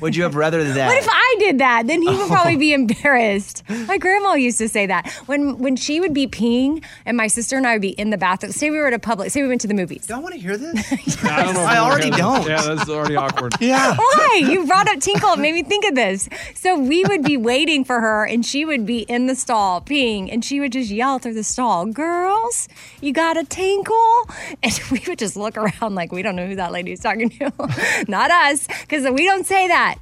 S1: Would you have rather that?
S4: Oh. What if I did that? Then he would
S1: Oh.
S4: probably be embarrassed. My grandma used to say that when when she would be peeing, and my sister and I would be in the bathroom. Say we were at a public. Say we went to the movies. Do
S1: I want to hear this?
S5: I, don't know if
S1: I
S5: we're
S1: already
S5: gonna-
S1: don't.
S5: Yeah, that's already awkward.
S4: Why? You brought up Tinkle. It made me think of this. So we would be waiting for her, and she would be in the stall peeing, and she would just yell through the stall, Girls, you got a tinkle? And we would just look around like we don't know who that lady's talking to. Not us, because we don't say that.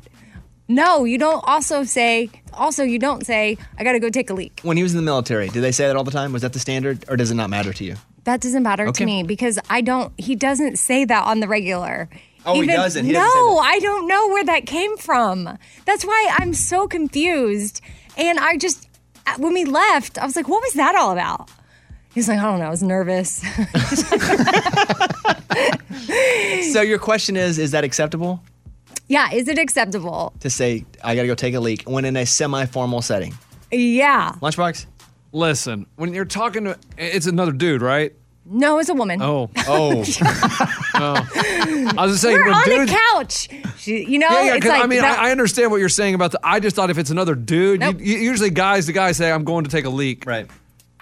S4: No, you don't also say, also, you don't say, I got to go take a leak.
S1: When he was in the military, did they say that all the time? Was that the standard, or does it not matter to you?
S4: That doesn't matter
S1: Okay.
S4: to me because I don't, he doesn't say that on the regular.
S1: Oh, he doesn't. He
S4: no,
S1: doesn't say
S4: I don't know where that came from. That's why I'm so confused. And I just, uh, when we left, I was like, what was that all about? He's like, I don't know. I was nervous.
S1: So your question is, is that acceptable
S4: yeah. Is it acceptable?
S1: to say I got to go take a leak when in a semi-formal setting?
S4: Yeah.
S1: Lunchbox.
S5: Listen, when you're talking to, it's another dude, right?
S4: No, it's a woman.
S5: Oh, oh. oh. I was just saying,
S4: We're
S5: when
S4: on
S5: dudes,
S4: the couch. She, you know,
S5: yeah, yeah.
S4: it's
S5: 'cause,
S4: like,
S5: I mean,
S4: that-
S5: I, I understand what you're saying about the. I just thought if it's another dude,
S4: Nope.
S5: you, you, usually guys to guys say, "I'm going to take a leak." Right.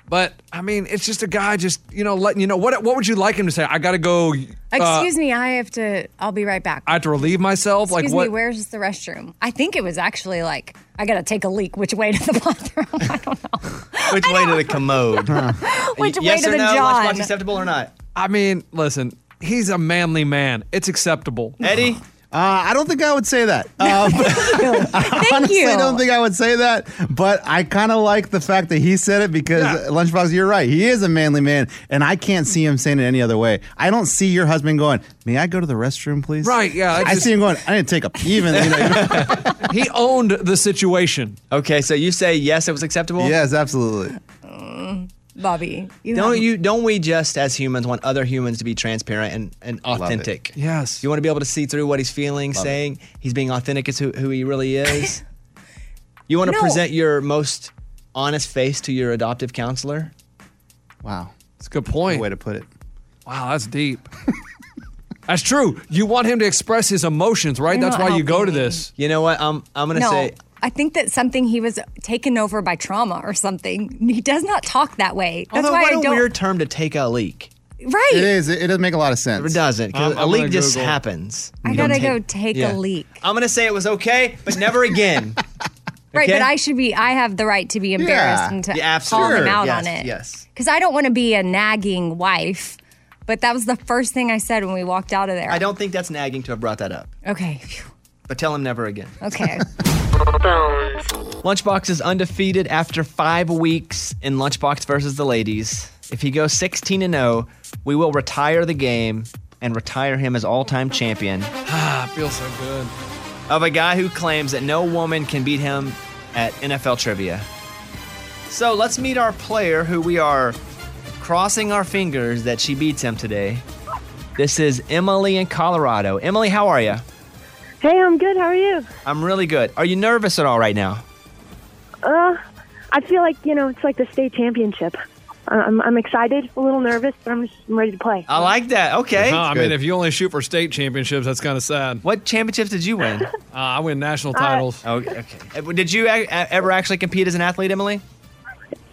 S5: But I mean, it's just a guy, just you know, letting you know what. What would you like him to say? I got to go. uh,
S4: excuse me. I have to, I'll be right back.
S5: I have to relieve myself.
S4: Excuse
S5: like what?
S4: me, where's the restroom? I think it was actually like, I gotta take a leak. Which way to the bathroom?
S1: Which way to the commode?
S4: Which way
S1: yes
S4: to
S1: or
S4: the
S1: no?
S4: John?
S1: Lunchbox acceptable or not?
S5: I mean, listen, he's a manly man. It's acceptable.
S1: Eddie?
S2: Uh, I don't think I would say that. Um, I honestly
S5: you.
S2: don't think I would say that, but I kind of like the fact that he said it because Lunchbox, you're right. He is a manly man, and I can't see him saying it any other way. I don't see your husband going, "May I go to the restroom, please?"
S5: Right, yeah, I
S2: I,
S5: just-
S2: see him going, "I need to take a pee." Even you know,
S5: he owned the situation.
S1: Okay, so you say yes, it was acceptable.
S2: Yes, absolutely.
S4: Mm, Bobby, you
S1: Don't
S4: have-
S1: you? Don't we just as humans want other humans to be transparent and, and authentic?
S5: Yes.
S1: You want to be able to see through what he's feeling,
S5: Love it.
S1: saying he's being authentic as who, who he really is. you want to
S4: No.
S1: present your most honest face to your adoptive counselor.
S2: Wow,
S5: it's a good point.
S2: way to put it.
S5: Wow, that's deep. that's true. You want him to express his emotions, right?
S4: You're
S5: That's
S4: not
S5: why you go to
S4: helping me.
S5: this.
S1: You know what? I'm I'm
S4: no, I think that something he was taken over by trauma or something. He does not talk that way. That's
S1: Although,
S4: why
S1: what
S4: I
S1: a
S4: don't.
S1: weird term to take a leak.
S4: right.
S2: It is. It, it doesn't make a lot of sense.
S1: It doesn't. 'cause
S2: I'm-
S1: a
S2: I'm
S1: leak
S2: gonna
S1: just
S2: Google.
S1: happens.
S4: I
S1: You
S4: gotta
S1: don't
S4: go take a leak.
S1: I'm gonna say it was okay, but never again.
S4: Right,
S1: Okay?
S4: but I should be. I have the right to be embarrassed
S1: Yeah.
S4: and to
S1: Yeah,
S4: call
S1: absolutely.
S4: him out
S1: Yes,
S4: on it.
S1: yes.
S4: because I don't want to be a nagging wife. But that was the first thing I said when we walked out of there.
S1: I don't think that's nagging to have brought that up.
S4: Okay,
S1: But tell him never again.
S4: okay.
S1: Lunchbox is undefeated after five weeks in Lunchbox versus the ladies. If he goes 16 and 0, we will retire the game and retire him as all-time champion
S5: Ah, it feels so good.
S1: of a guy who claims that no woman can beat him at NFL trivia. So let's meet our player who we are crossing our fingers that she beats him today. This is Emily in Colorado. Emily, how are you?
S22: Hey, I'm good. How are you?
S1: I'm really good. Are you nervous at all right now?
S22: Uh, I feel like you know it's like the state championship. I- I'm I'm excited, a little nervous, but I'm just I'm ready to play.
S1: I like that. Okay.
S5: Huh, I mean, if you only shoot for state championships, that's kind of sad.
S1: What championships did you win? uh,
S5: I win national titles.
S1: Oh, okay. Uh, Did you ac- uh, ever actually compete as an athlete, Emily?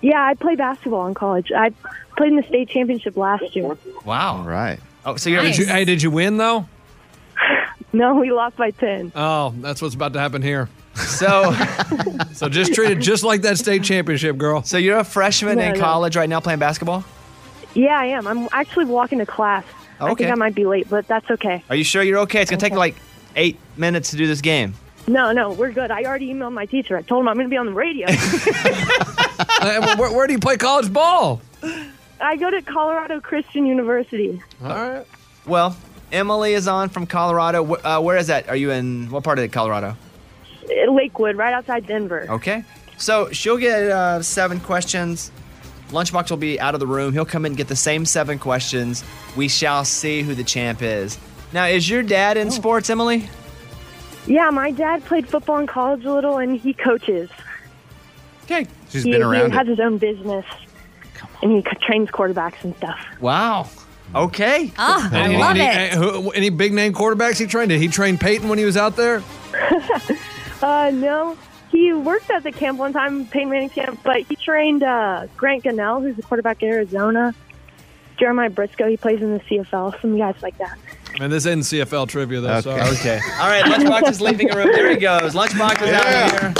S22: Yeah, I play basketball in college. I played in the state championship last year.
S1: Wow.
S2: All right.
S1: Oh, so you're.
S5: Did you, hey, did you win though?
S22: No, we lost by ten.
S5: Oh, that's what's about to happen here.
S1: So,
S5: so just treat it just like that state championship, girl.
S1: So you're a freshman
S22: No,
S1: in
S22: no.
S1: college right now playing basketball?
S22: Yeah, I am. I'm actually walking to class. I
S1: Okay.
S22: think I might be late, but that's okay.
S1: Are you sure you're okay? It's gonna take like eight minutes to do this game.
S22: No, no, we're good. I already emailed my teacher. I told him I'm going to be on the radio.
S5: Uh, well, where, where do you play college ball?
S22: I go to Colorado Christian University.
S5: All right.
S1: Well, Emily is on from Colorado. Wh- Uh, where is that? Are you in what part of Colorado?
S22: Uh, Lakewood, right outside Denver.
S1: Okay. So she'll get uh, seven questions. Lunchbox will be out of the room. He'll come in and get the same seven questions. We shall see who the champ is. Now, is your dad in sports, Emily?
S22: Yeah, my dad played football in college a little, and he coaches.
S1: Okay,
S22: he, he has his own business. and he trains quarterbacks and stuff.
S5: Wow.
S1: Okay.
S22: Ah, I
S5: any,
S22: love
S5: any-
S22: it.
S5: eh, who- any big name quarterbacks he trained? Did he train Peyton when he was out there?
S22: Uh, no, he worked at the camp one time, Peyton Manning camp, but he trained uh, Grant Gunnell, who's a quarterback in Arizona. Jeremiah Briscoe, he plays in the CFL. Some guys like that.
S5: Man, this isn't CFL trivia though. Sorry.
S1: Okay. All right, Lunchbox is leaving the room. There he goes. Lunchbox is out of here.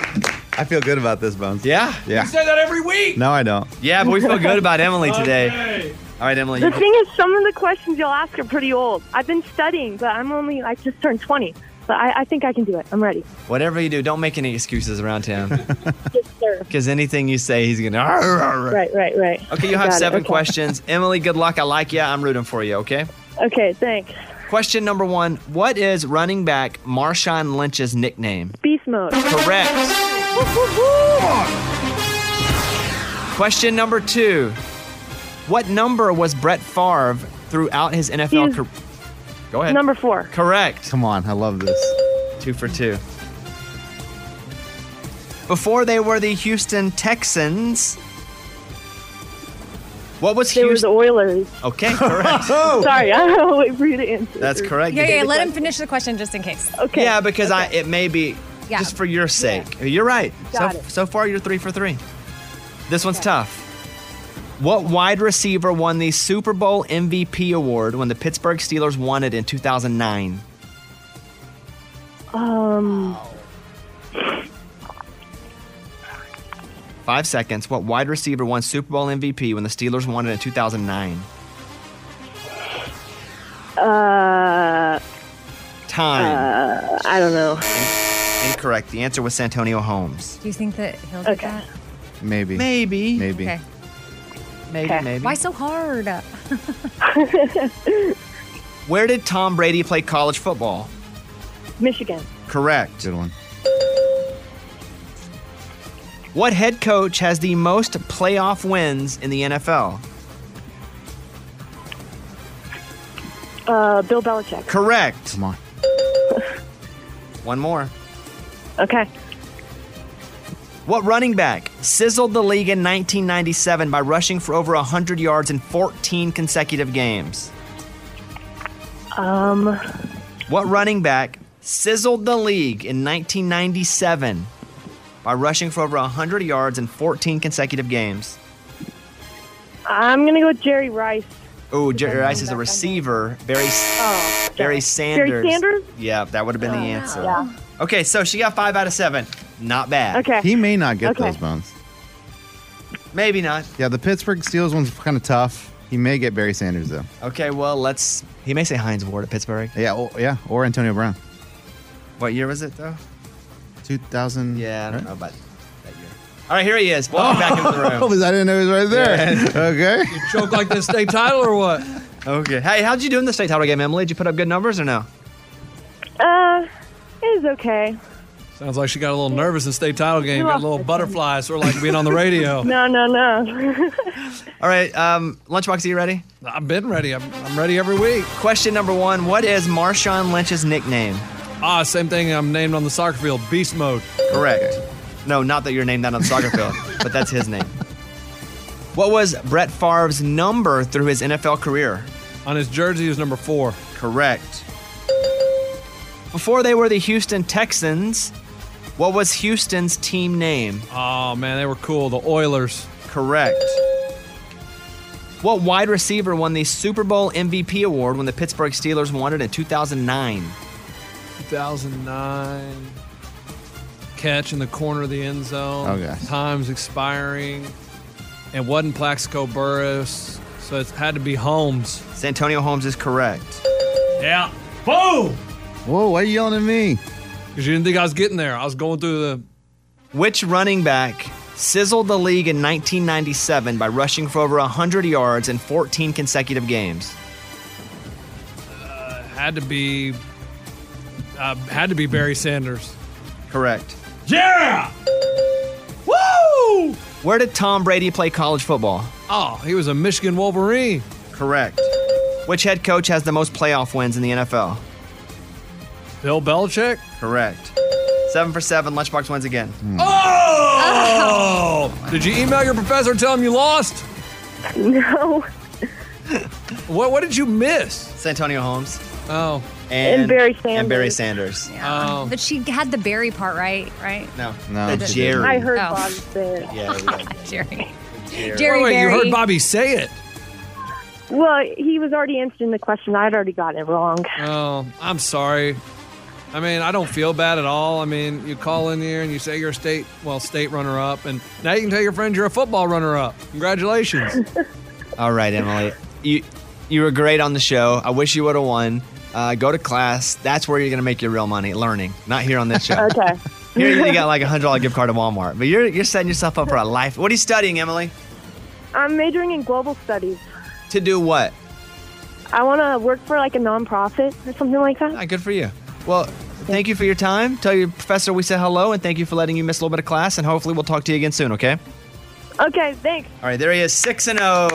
S2: I feel good about this, Bones.
S1: Yeah?
S2: Yeah.
S5: say that every week.
S2: No, I don't.
S1: Yeah, but we feel good about Emily today. All right, Emily.
S22: The
S1: You,
S22: thing is, some of the questions you'll ask are pretty old. I've been studying, but I'm only, I just turned 20. But I, I think I can do it. I'm ready.
S1: whatever you do, don't make any excuses around him.
S22: sir.
S1: Because anything you say, he's going to.
S22: Right, right, right.
S1: Okay, you have
S22: Got it,
S1: seven
S22: okay.
S1: questions. Emily, good luck. I like you. I'm rooting for you, okay?
S22: Okay, thanks.
S1: Question number one What is running back Marshawn Lynch's nickname?
S22: Beast mode.
S1: Correct. Question number two What number was Brett Favre throughout his NFL career? Go ahead.
S22: Number four.
S1: Correct.
S2: Come on, I love this.
S1: Two for two. Before they were the Houston Texans, what was
S22: They were the
S1: Houston?
S22: Oilers.
S1: okay, correct.
S2: Oh!
S22: Sorry, I'll wait for you to answer.
S1: Oh. That's correct.
S4: Yeah, yeah. Let him finish the question just in case.
S22: Okay.
S1: Yeah, because I it may be
S4: Yeah.
S1: just for your sake. You're right.
S4: Got
S1: so
S4: it.
S1: so far you're three for three. This one's tough. What wide receiver won the Super Bowl MVP award when the Pittsburgh Steelers won it in 2009?
S22: Um,
S1: Five seconds. What wide receiver won Super Bowl MVP when the Steelers won it in 2009?
S22: uh,
S1: Time.
S22: Uh, I don't know.
S1: Incorrect. The answer was Santonio Holmes.
S4: Do you think that he'll do that?
S2: Maybe.
S1: Maybe.
S2: Maybe.
S4: Okay.
S1: Maybe. Maybe.
S4: Why so hard?
S1: Where did Tom Brady play college football?
S22: Michigan.
S1: Correct.
S2: Good one.
S1: What head coach has the most playoff wins in the NFL?
S22: Uh, Bill Belichick.
S1: Correct.
S2: Come on.
S1: One more.
S22: Okay.
S1: What running back sizzled the league in 1997 by rushing for over 100 yards in 14 consecutive games?
S22: Um,
S1: What running back sizzled the league in 1997 by rushing for over 100 yards in 14 consecutive games?
S22: I'm gonna go with Jerry Rice.
S1: Oh, Jerry Rice is a receiver. Barry,
S22: Oh,
S1: Barry Sanders.
S22: Sanders? Oh,
S1: Yeah, that would have been the answer.
S22: Yeah.
S1: Okay, so she got five out of seven. Not bad.
S2: He may not get those bones.
S1: Maybe not.
S2: Yeah, the Pittsburgh Steelers one's kind of tough. He may get Barry Sanders though.
S1: Okay, well, let's. He may say Heinz Ward at Pittsburgh.
S2: Yeah, oh, yeah, or Antonio Brown.
S1: What year was it, though?
S2: 2000. Yeah, I don't
S1: know about All right, here he is. Welcome back into the room.
S2: Oh, I didn't know he was right there. Okay. You
S5: choke like the state title or what?
S1: Okay. Hey, how'd you do in the state title game, Emily? Did you put up good numbers or no?
S22: Uh, it was okay.
S5: Sounds like she got a little nervous in state title game. Got a little butterflies, sort of like being on the radio.
S22: No, no, no.
S1: All right, um, Lunchbox, are you ready?
S5: I've been ready. I'm, I'm ready every week.
S1: Question number one What is Marshawn Lynch's nickname?
S5: Ah, same thing. I'm named on the soccer field. Beast mode.
S1: Correct. No, not that you're named that on the soccer field, but that's his name. What was Brett Favre's number through his NFL career?
S5: On his jersey, he was number four.
S1: Correct. Before they were the Houston Texans, what was Houston's team name?
S5: Oh man, they were cool. The Oilers.
S1: Correct. What wide receiver won the Super Bowl MVP award when the Pittsburgh Steelers won it in 2009?
S5: 2009. Catch in the corner of the end zone.
S1: Okay.
S5: Time's expiring. It wasn't Plaxico Burris, so it had to be Holmes.
S1: Santonio Holmes is correct.
S5: Yeah. Boom!
S2: Whoa, why are you yelling at me?
S5: Because you didn't think I was getting there. I was going through the.
S1: Which running back sizzled the league in 1997 by rushing for over 100 yards in 14 consecutive games?
S5: Had to be. Uh, had to be Barry Sanders.
S1: Correct.
S5: Yeah!
S1: Woo! Where did Tom Brady play college football?
S5: Oh, he was a Michigan Wolverine.
S1: Correct. Which head coach has the most playoff wins in the NFL?
S5: Bill Belichick?
S1: Correct. Seven for seven. Lunchbox wins again.
S5: Oh! Did you email your professor and tell him you lost?
S22: No.
S5: What What did you miss?
S1: Santonio Holmes.
S5: Oh.
S1: And,
S4: And Barry
S1: And Barry Sanders.
S5: Oh.
S4: But she had the Barry part right, right?
S1: No.
S14: No,
S1: The
S14: she
S1: Jerry.
S14: didn't. I
S4: heard
S22: Oh.
S4: Bob's
S22: Bobby
S4: Jerry.
S1: Jerry.
S4: Jerry
S5: Oh, wait, you
S4: Berry.
S5: heard Bobby say it.
S22: Well, he was already answering the question. I'd already got it wrong.
S5: Oh, I'm sorry. I mean, I don't feel bad at all. I mean, you call in here and you say you're a state, well, state runner up, and now you can tell your friends you're a football runner up. Congratulations. Oh.
S1: All right, Emily. You you were great on the show. I wish you would have won. Uh, go to class. That's where you're going to make your real money, learning, not here on this show.
S22: okay.
S1: Here you got like a hundred dollar gift card at Walmart, but you're you're setting yourself up for a life. What are you studying, Emily?
S22: I'm majoring in global studies.
S1: To do what?
S22: I want to work for like a nonprofit or something like that.
S1: Ah, good for you. Well, thank you for your time. Tell your professor we said hello, and thank you for letting you miss a little bit of class. And hopefully, we'll talk to you again soon. Okay.
S22: Okay, thanks.
S1: All right, there he is, six and zero.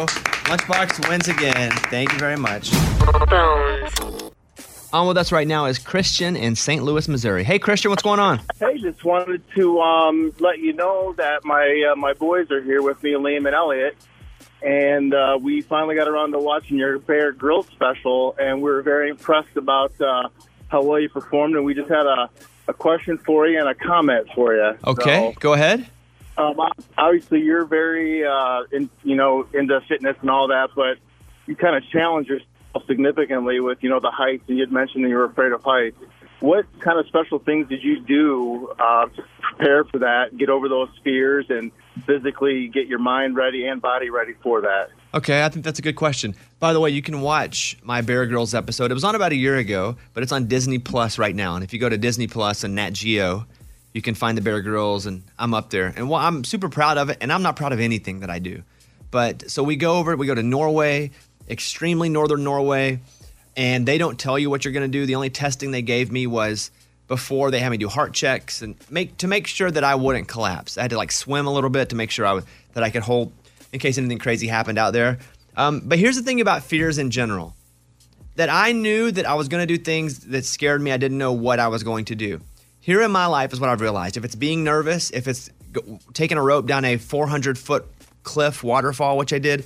S1: Lunchbox wins again. Thank you very much. On with us right now is Christian in St. Louis, Missouri. Hey, Christian, what's going on?
S23: Hey, just wanted to um, let you know that my uh, my boys are here with me, Liam and Elliot, and uh, we finally got around to watching your Bear Grill special, and we were very impressed about uh, how well you performed. And we just had a, a question for you and a comment for you.
S1: Okay, go ahead.
S23: Um, obviously, you're very, uh, in, you know, into fitness and all that, but you kind of challenge yourself significantly with, you know, the heights. And you'd mentioned that you were afraid of heights. What kind of special things did you do uh, to prepare for that, get over those fears, and physically get your mind ready and body ready for that?
S1: Okay, I think that's a good question. By the way, you can watch my Bear Girls episode. It was on about a year ago, but it's on Disney Plus right now. And if you go to Disney Plus and Nat Geo, you can find the Bear Girls, and I'm up there. And well, I'm super proud of it, and I'm not proud of anything that I do. But so we go over, we go to Norway, extremely northern Norway, and they don't tell you what you're going to do. The only testing they gave me was before they had me do heart checks and make to make sure that I wouldn't collapse. I had to like swim a little bit to make sure I was that I could hold in case anything crazy happened out there. Um, but here's the thing about fears in general that I knew that I was going to do things that scared me. I didn't know what I was going to do. Here in my life is what I've realized. If it's being nervous, if it's g- taking a rope down a 400 foot cliff waterfall, which I did,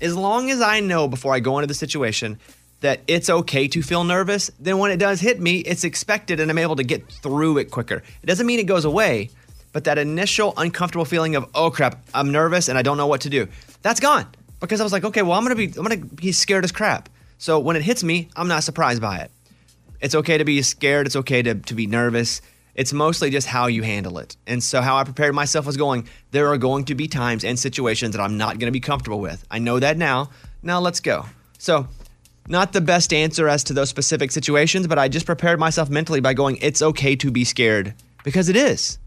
S1: as long as I know before I go into the situation that it's okay to feel nervous, then when it does hit me, it's expected and I'm able to get through it quicker. It doesn't mean it goes away, but that initial uncomfortable feeling of, oh crap, I'm nervous and I don't know what to do, that's gone because I was like, okay, well, I'm gonna be, I'm gonna be scared as crap. So when it hits me, I'm not surprised by it. It's okay to be scared. It's okay to, to be nervous. It's mostly just how you handle it. And so, how I prepared myself was going, there are going to be times and situations that I'm not going to be comfortable with. I know that now. Now, let's go. So, not the best answer as to those specific situations, but I just prepared myself mentally by going, it's okay to be scared because it is.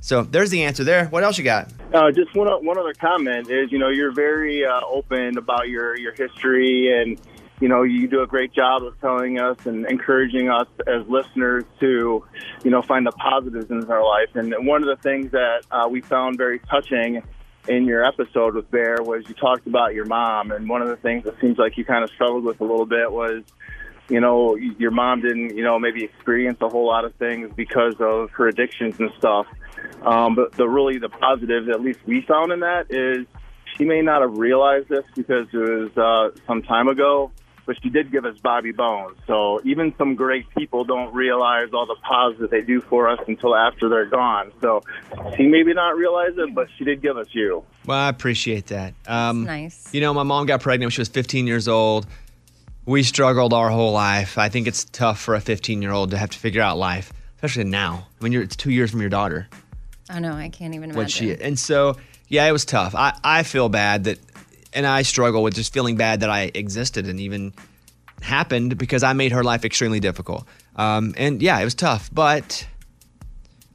S1: So, there's the answer there. What else you got?
S23: Uh, just one o- one other comment is, you know, you're very uh, open about your your history, and you know, you do a great job of telling us and encouraging us as listeners to, you know, find the positives in our life. And one of the things that uh, we found very touching in your episode with Bear was you talked about your mom, and one of the things that seems like you kind of struggled with a little bit was you know, your mom didn't, you know, maybe experience a whole lot of things because of her addictions and stuff. Um, but the really the positive, at least we found in that, is she may not have realized this because it was uh, some time ago, but she did give us Bobby Bones. So even some great people don't realize all the positive they do for us until after they're gone. So she maybe not realize it, but she did give us you.
S1: Well, I appreciate that. Um,
S4: nice.
S1: You know, my mom got pregnant when she was 15 years old. We struggled our whole life. I think it's tough for a 15 year old to have to figure out life, especially now. I mean, you're, it's two years from your daughter.
S4: Oh no, I can't even imagine.
S1: What she and so yeah, it was tough. I I feel bad that, and I struggle with just feeling bad that I existed and even happened because I made her life extremely difficult. Um, and yeah, it was tough, but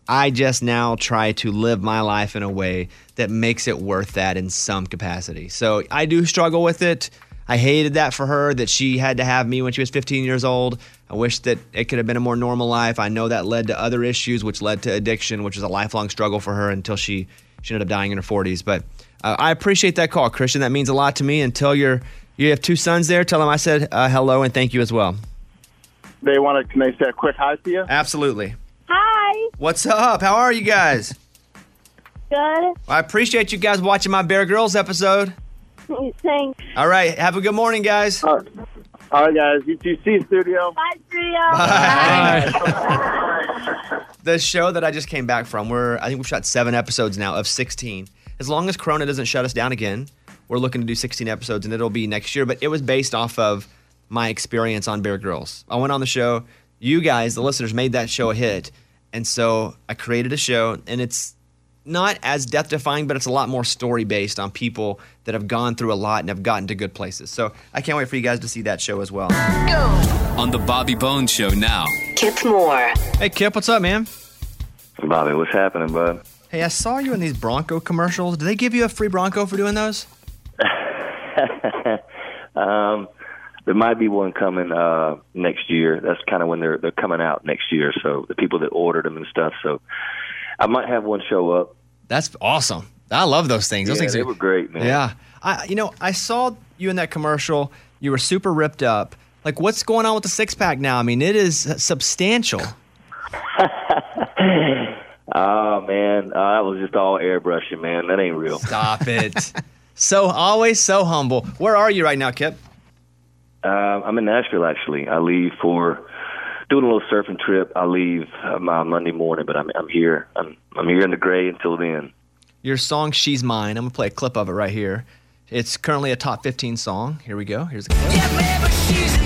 S1: I just now try to live my life in a way that makes it worth that in some capacity. So I do struggle with it. I hated that for her that she had to have me when she was 15 years old. I wish that it could have been a more normal life. I know that led to other issues, which led to addiction, which was a lifelong struggle for her until she she ended up dying in her 40s. But uh, I appreciate that call, Christian. That means a lot to me. And tell your you have two sons there. Tell them I said uh, hello and thank you as well.
S23: They want to, can they say a quick hi to you?
S1: Absolutely.
S23: Hi.
S1: What's up? How are you guys?
S3: Good.
S1: I appreciate you guys watching my Bear Girls episode.
S3: Thanks.
S1: All right. Have a good morning, guys.
S23: All right, guys. You two see studio.
S3: Bye, studio.
S1: the show that I just came back from, we're I think we've shot seven episodes now of 16. As long as Corona doesn't shut us down again, we're looking to do 16 episodes, and it'll be next year. But it was based off of my experience on Bear Girls. I went on the show. You guys, the listeners, made that show a hit, and so I created a show, and it's not as death defying, but it's a lot more story based on people that have gone through a lot and have gotten to good places. So I can't wait for you guys to see that show as well.
S8: On the Bobby Bones Show now.
S1: Kip Moore. Hey, Kip, what's up, man?
S11: Bobby, what's happening, bud?
S1: Hey, I saw you in these Bronco commercials. Did they give you a free Bronco for doing those?
S11: um, there might be one coming uh, next year. That's kind of when they're they're coming out next year. So the people that ordered them and stuff. So I might have one show up.
S1: That's awesome. I love those things. Those
S11: yeah,
S1: things
S11: they
S1: are-
S11: were great, man.
S1: Yeah. I, you know, I saw you in that commercial. You were super ripped up. Like, what's going on with the six pack now? I mean, it is substantial.
S11: Oh man, uh, that was just all airbrushing, man. That ain't real.
S1: Stop it. so always so humble. Where are you right now, Kip?
S11: Uh, I'm in Nashville actually. I leave for doing a little surfing trip. I leave uh, my Monday morning, but I'm I'm here. I'm I'm here in the gray until then.
S1: Your song "She's Mine." I'm gonna play a clip of it right here. It's currently a top 15 song. Here we go. Here's a clip.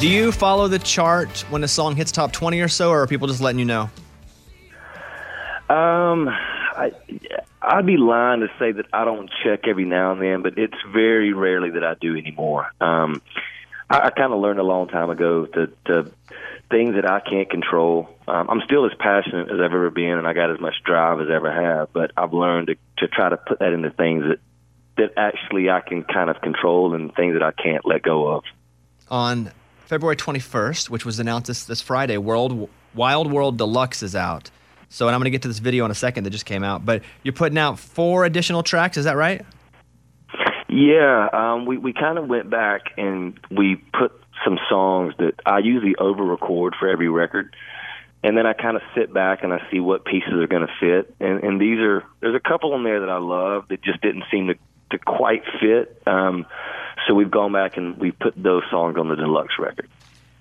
S1: Do you follow the chart when a song hits top 20 or so, or are people just letting you know?
S11: Um, I, I'd be lying to say that I don't check every now and then, but it's very rarely that I do anymore. Um, I, I kind of learned a long time ago that the things that I can't control, um, I'm still as passionate as I've ever been, and I got as much drive as I ever have. But I've learned to, to try to put that into things that that actually I can kind of control, and things that I can't let go of.
S1: on February 21st, which was announced this, this Friday, World Wild World Deluxe is out. So, and I'm going to get to this video in a second that just came out, but you're putting out four additional tracks. Is that right?
S11: Yeah, um, we we kind of went back and we put some songs that I usually over record for every record, and then I kind of sit back and I see what pieces are going to fit. And, and these are there's a couple in there that I love that just didn't seem to to quite fit. Um, so we've gone back and we put those songs on the deluxe record.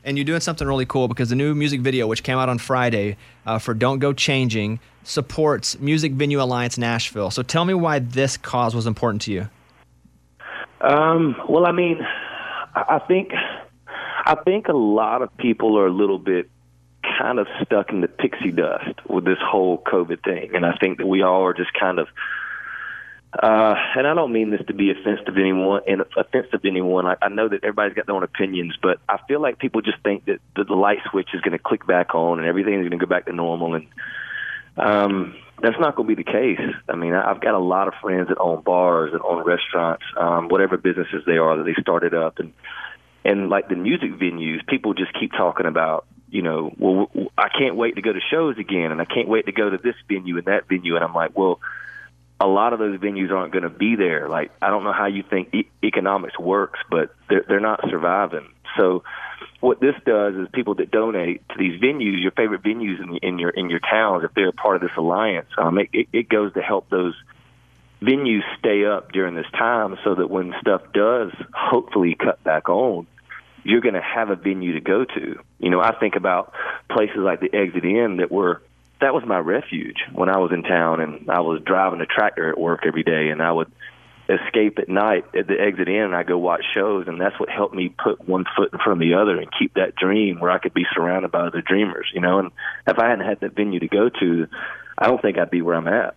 S1: And you're doing something really cool because the new music video, which came out on Friday uh, for Don't Go Changing, supports Music Venue Alliance Nashville. So tell me why this cause was important to you.
S11: Um, well, I mean, I I think I think a lot of people are a little bit kind of stuck in the pixie dust with this whole COVID thing, and I think that we all are just kind of. Uh, and I don't mean this to be offensive to anyone. And offensive to anyone. I, I know that everybody's got their own opinions, but I feel like people just think that, that the light switch is going to click back on and everything's going to go back to normal. And um, that's not going to be the case. I mean, I- I've got a lot of friends that own bars and own restaurants, um, whatever businesses they are that they started up, and and like the music venues, people just keep talking about, you know, well, w- w- I can't wait to go to shows again, and I can't wait to go to this venue and that venue, and I'm like, well, a lot of those venues aren't going to be there. Like, I don't know how you think e- economics works, but they're they're not surviving. So, what this does is people that donate to these venues, your favorite venues in, in your in your towns, if they're a part of this alliance, um, it, it, it goes to help those venues stay up during this time, so that when stuff does hopefully cut back on, you're going to have a venue to go to. You know, I think about places like the Exit Inn that were that was my refuge when I was in town, and I was driving a tractor at work every day, and I would escape at night at the exit in and I go watch shows and that's what helped me put one foot in front of the other and keep that dream where I could be surrounded by other dreamers, you know, and if I hadn't had that venue to go to, I don't think I'd be where I'm at.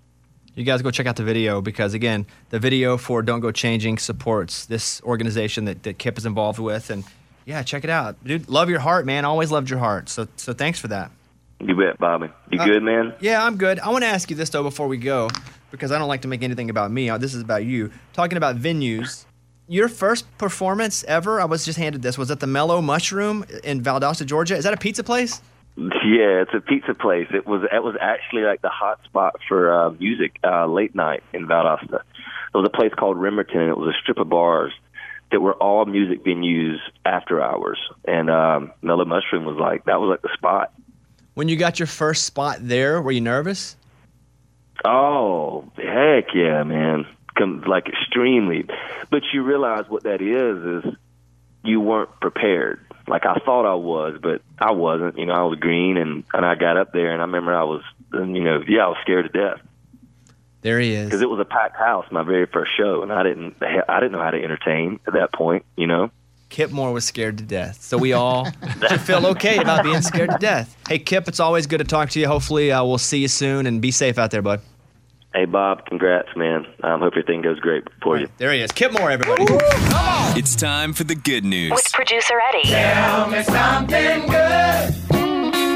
S1: You guys go check out the video because again, the video for Don't Go Changing supports this organization that, that Kip is involved with, and yeah, check it out, dude. Love your heart, man. Always loved your heart. So so thanks for that.
S11: You bet, Bobby. You
S1: Uh,
S11: good, man?
S1: Yeah, I'm good. I want to ask you this though before we go because I don't like to make anything about me. Uh, This is about you. Talking about venues, your first performance ever, I was just handed this, was at the Mellow Mushroom in Valdosta, Georgia. Is that a pizza place?
S11: Yeah, it's a pizza place. It was it was actually like the hot spot for uh, music uh, late night in Valdosta. There was a place called Remerton, and it was a strip of bars that were all music venues after hours. And um, Mellow Mushroom was like that was like the spot.
S1: When you got your first spot there, were you nervous?
S11: Oh, heck yeah, man. Come, like extremely. But you realize what that is is you weren't prepared. Like I thought I was, but I wasn't. You know, I was green and and I got up there and I remember I was you know, yeah, I was scared to death.
S15: There he is.
S11: Because it was a packed house my very first show and I didn't I didn't know how to entertain at that point, you know.
S1: Kip Moore was scared to death. So we all should feel okay about being scared to death. Hey, Kip, it's always good to talk to you. Hopefully, uh, we'll see you soon and be safe out there, bud.
S11: Hey Bob, congrats, man. I um, hope everything goes great for you.
S1: There he is. Kip Moore, everybody.
S8: It's time for the good news.
S10: With producer Eddie.
S13: Tell me something good.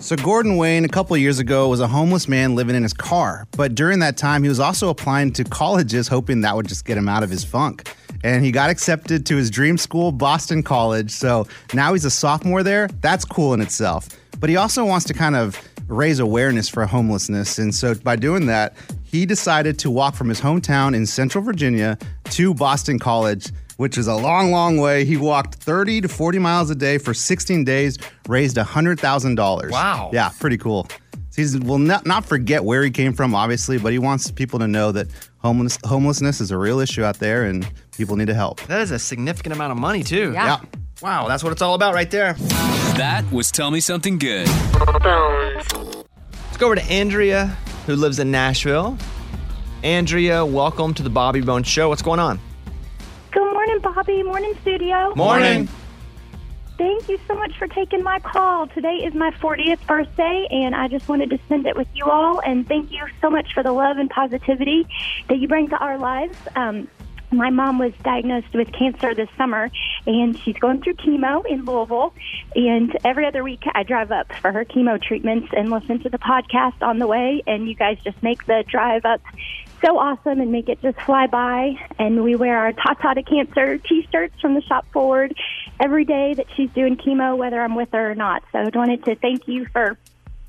S2: So, Gordon Wayne, a couple years ago, was a homeless man living in his car. But during that time, he was also applying to colleges, hoping that would just get him out of his funk. And he got accepted to his dream school, Boston College. So now he's a sophomore there. That's cool in itself. But he also wants to kind of raise awareness for homelessness. And so, by doing that, he decided to walk from his hometown in Central Virginia to Boston College which is a long, long way. He walked 30 to 40 miles a day for 16 days, raised $100,000.
S1: Wow.
S2: Yeah, pretty cool. He will not, not forget where he came from, obviously, but he wants people to know that homeless, homelessness is a real issue out there and people need to help.
S1: That is a significant amount of money, too.
S2: Yeah.
S1: Wow, that's what it's all about right there.
S8: That was Tell Me Something Good.
S1: Let's go over to Andrea, who lives in Nashville. Andrea, welcome to the Bobby Bone Show. What's going on?
S21: Good morning, Bobby. Morning, studio.
S1: Morning.
S21: Thank you so much for taking my call. Today is my 40th birthday, and I just wanted to spend it with you all. And thank you so much for the love and positivity that you bring to our lives. Um, my mom was diagnosed with cancer this summer, and she's going through chemo in Louisville. And every other week, I drive up for her chemo treatments and listen to the podcast on the way. And you guys just make the drive up so awesome and make it just fly by. And we wear our Tata to Cancer t shirts from the shop forward every day that she's doing chemo, whether I'm with her or not. So I wanted to thank you for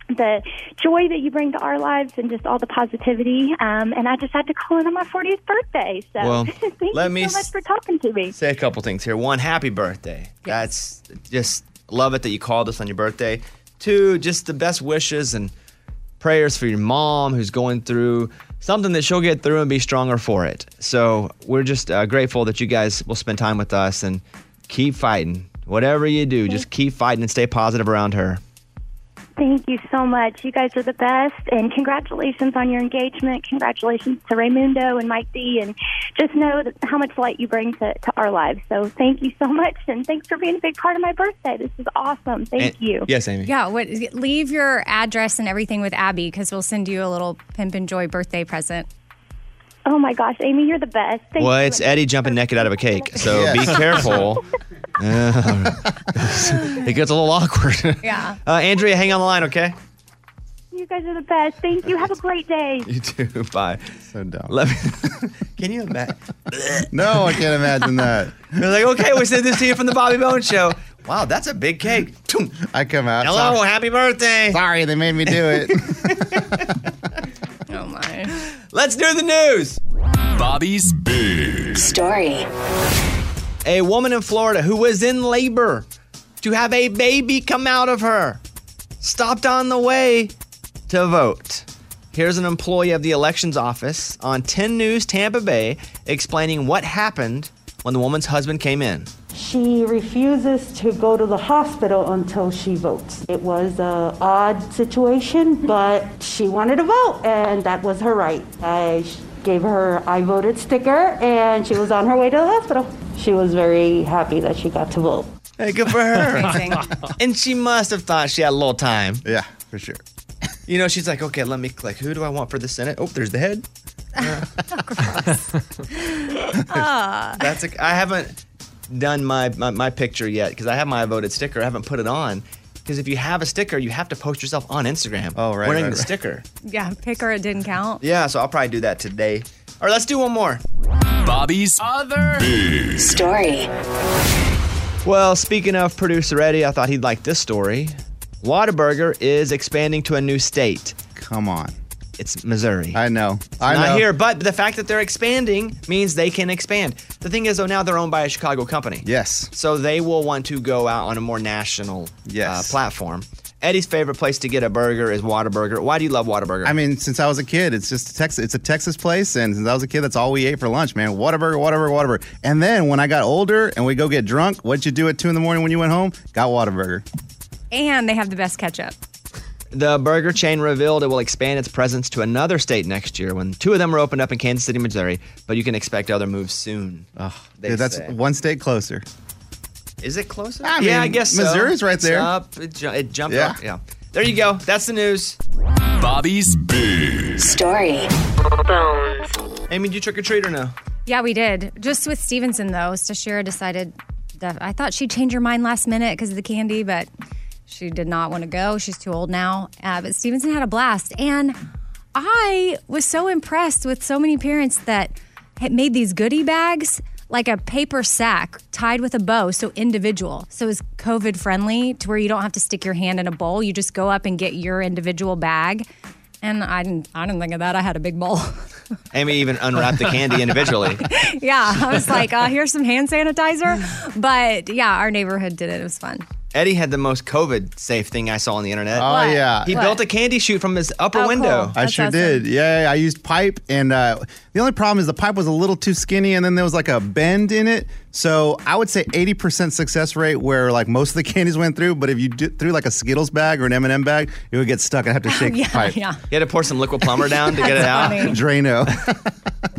S21: the joy that you bring to our lives and just all the positivity. Um, and I just had to call in on my 40th birthday. So
S1: Well,
S21: thank
S1: let
S21: you
S1: me
S21: so much
S1: s-
S21: for talking to me.
S1: Say a couple things here. One, happy birthday. That's just love it that you called us on your birthday. Two, just the best wishes and prayers for your mom who's going through something that she'll get through and be stronger for it. So we're just uh, grateful that you guys will spend time with us and keep fighting. Whatever you do, just keep fighting and stay positive around her.
S21: Thank you so much. You guys are the best, and congratulations on your engagement. Congratulations to Raymundo and Mike D, and just know that how much light you bring to, to our lives. So thank you so much, and thanks for being a big part of my birthday. This is awesome. Thank you.
S1: Yes, Amy.
S4: Yeah, what leave your address and everything with Abby because we'll send you a little Pimp and Joy birthday present.
S21: Oh my gosh, Amy, you're the best. Thank
S1: well,
S21: you.
S1: it's Eddie jumping naked out of a cake, so be
S21: Yes.
S1: careful. Uh, it gets a little awkward.
S21: Yeah.
S1: Uh, Andrea, hang on the line, okay?
S21: You guys are the best. Thank you. Have a great day.
S1: You too. Bye.
S2: So dumb.
S1: Let me, can you imagine?
S2: no, I can't imagine that.
S1: They're like, okay, we sent this to you from the Bobby Bone Show. Wow, that's a big cake.
S2: I come out.
S1: Hello, happy birthday.
S2: Sorry, they made me do it.
S4: oh my.
S1: Let's do the news.
S8: Bobby's big
S1: story. A woman in Florida who was in labor to have a baby come out of her stopped on the way to vote. Here's an employee of the elections office on 10 News Tampa Bay explaining what happened when the woman's husband came in.
S7: She refuses to go to the hospital until she votes. It was a odd situation, but she wanted to vote, and that was her right. I sh- gave her "I voted" sticker, and she was on her way to the hospital. She was very happy that she got to vote.
S1: Hey, good for her. and she must have thought she had a little time.
S2: Yeah, for sure.
S1: You know, she's like, okay, let me click. Who do I want for the Senate? Oh, there's the head.
S4: Ah.
S1: That's a, I haven't done my, my, my picture yet because I have my voted sticker. I haven't put it on because if you have a sticker, you have to post yourself on Instagram. Oh,
S2: right,
S1: Wearing
S2: right,
S1: the
S2: right.
S1: sticker.
S4: Yeah, picker it didn't count.
S1: Yeah, so I'll probably do that today. All right, let's do one more. Bobby's other big
S10: Story.
S1: Well, speaking of producer Eddie, I thought he'd like this story. Whataburger is expanding to a new state.
S2: Come on.
S1: It's Missouri.
S2: I know. I
S1: I
S2: know.
S1: not here, but the fact that they're expanding means they can expand. The thing is, though, now they're owned by a Chicago company.
S2: Yes.
S1: So they will want to go out on a more national uh, platform. Eddie's favorite place to get a burger is Whataburger. Why do you love Whataburger?
S2: I mean, since I was a kid, it's just Texas. It's a Texas place, and since I was a kid, that's all we ate for lunch, man. Whataburger, Whataburger, Whataburger. And then when I got older and we go get drunk, what'd you do at two in the morning when you went home? Got Whataburger.
S4: And they have the best ketchup.
S1: The burger chain revealed it will expand its presence to another state next year when two of them are opened up in Kansas City, Missouri, but you can expect other moves soon. they
S2: Dude, that's
S1: say.
S2: one state closer.
S1: Is it closer?
S2: I
S1: yeah,
S2: mean,
S1: I guess so.
S2: Missouri's right
S1: It's
S2: there.
S1: up. It, ju- it jumped
S2: Yeah.
S1: up. Yeah. There you go. That's the news. Bobby's big
S10: story.
S1: Bones. Amy, did you trick or treat or no?
S4: Yeah, we did. Just with Stevenson though, Stashira decided that I thought she'd change her mind last minute because of the candy, but she did not want to go. She's too old now. Uh, but Stevenson had a blast, and I was so impressed with so many parents that had made these goodie bags like a paper sack tied with a bow, so individual. So it's COVID friendly to where you don't have to stick your hand in a bowl. You just go up and get your individual bag. And I didn't, I didn't think of that. I had a big bowl.
S1: Amy even unwrapped the candy individually.
S4: yeah, I was like, uh, here's some hand sanitizer. But yeah, our neighborhood did it. It was fun.
S1: Eddie had the most COVID safe thing I saw on the internet.
S2: Oh, What? yeah.
S1: He
S4: What?
S1: built a candy chute from his upper
S4: Oh,
S1: window.
S2: I sure did. Yeah, I used pipe, and uh, the only problem is the pipe was a little too skinny, and then there was like a bend in it. So I would say 80% success rate where like most of the candies went through. But if you d- threw like a Skittles bag or an M&M bag, it would get stuck. I'd have to shake the pipe.
S1: You had to pour some liquid plumber down to get it out.
S2: Drano.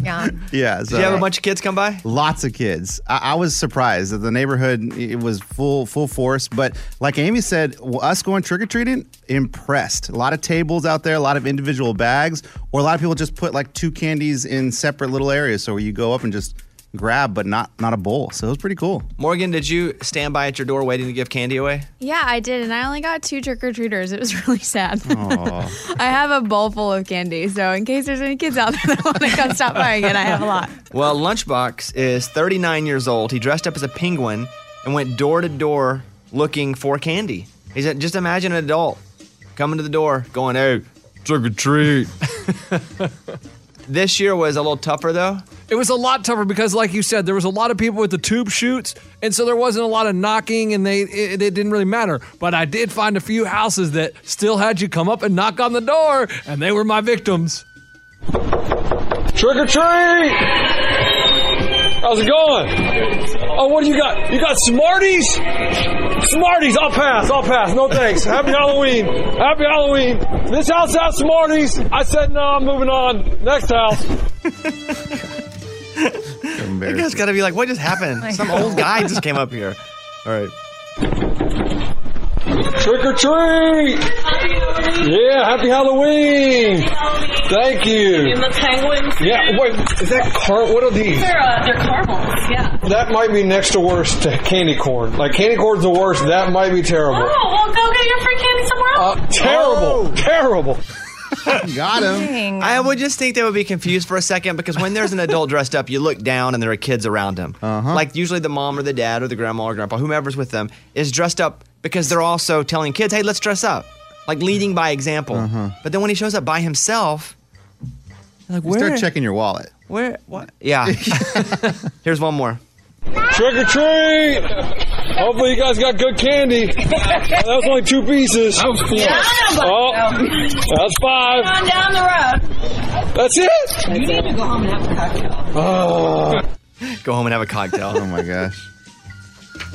S4: Yeah.
S2: yeah.
S1: Did you have a bunch of kids come by?
S2: Lots of kids. I, I was surprised that the neighborhood it was full full force. But like Amy said, w- us going trick or treating impressed. A lot of tables out there, a lot of individual bags, or a lot of people just put like two candies in separate little areas, so where you go up and just grab, but not not a bowl. So it was pretty cool.
S1: Morgan, did you stand by at your door waiting to give candy away?
S12: Yeah, I did, and I only got two trick or treaters. It was really sad.
S1: Aw.
S12: I have a bowl full of candy, so in case there's any kids out there that want to come stop by again, I have a lot.
S1: Well, Lunchbox is 39 years old. He dressed up as a penguin and went door to door looking for candy. He said, just imagine an adult coming to the door going, hey, trick or treat. this year was a little tougher, though.
S5: It was a lot tougher because, like you said, there was a lot of people with the tube shoots, and so there wasn't a lot of knocking, and they it, it didn't really matter. But I did find a few houses that still had you come up and knock on the door, and they were my victims.
S15: Trick or treat! How's it going? Oh, what do you got? You got Smarties? Smarties, I'll pass, I'll pass, no thanks. Happy Halloween, happy Halloween. This house has Smarties. I said no, I'm moving on. Next house.
S1: That guy's got to be like, what just happened? Some old guy just came up here. All right.
S15: Trick or treat!
S17: Oh,
S15: Yeah, happy Halloween! Thank you.
S17: penguins.
S15: Yeah, wait, is that car? What are these?
S3: uh,
S17: they're caramels, yeah.
S15: That might be next to worst to candy corn. Like candy corn's the worst. That might be terrible.
S17: well, go get your free candy somewhere else.
S5: Uh,
S15: Terrible, terrible.
S2: Got
S1: him. I would just think they would be confused for a second because when there's an adult dressed up, you look down and there are kids around them. Uh-huh. Like usually the mom or the dad or the grandma or grandpa, whomever's with them, is dressed up because they're also telling kids, "Hey, let's dress up," like leading by example. But then when he shows up by himself, like
S2: You
S1: where?
S2: start checking your wallet.
S1: Where? What? Yeah. Here's one more.
S15: Trick or treat! Hopefully you guys got good candy. Oh, that was only two pieces. That was four.
S17: Yeah, I know,
S15: Oh, that's five.
S17: Come on down the road.
S15: That's it.
S17: You need to go home and have a cocktail.
S1: Oh. Go home and have a cocktail. oh my gosh.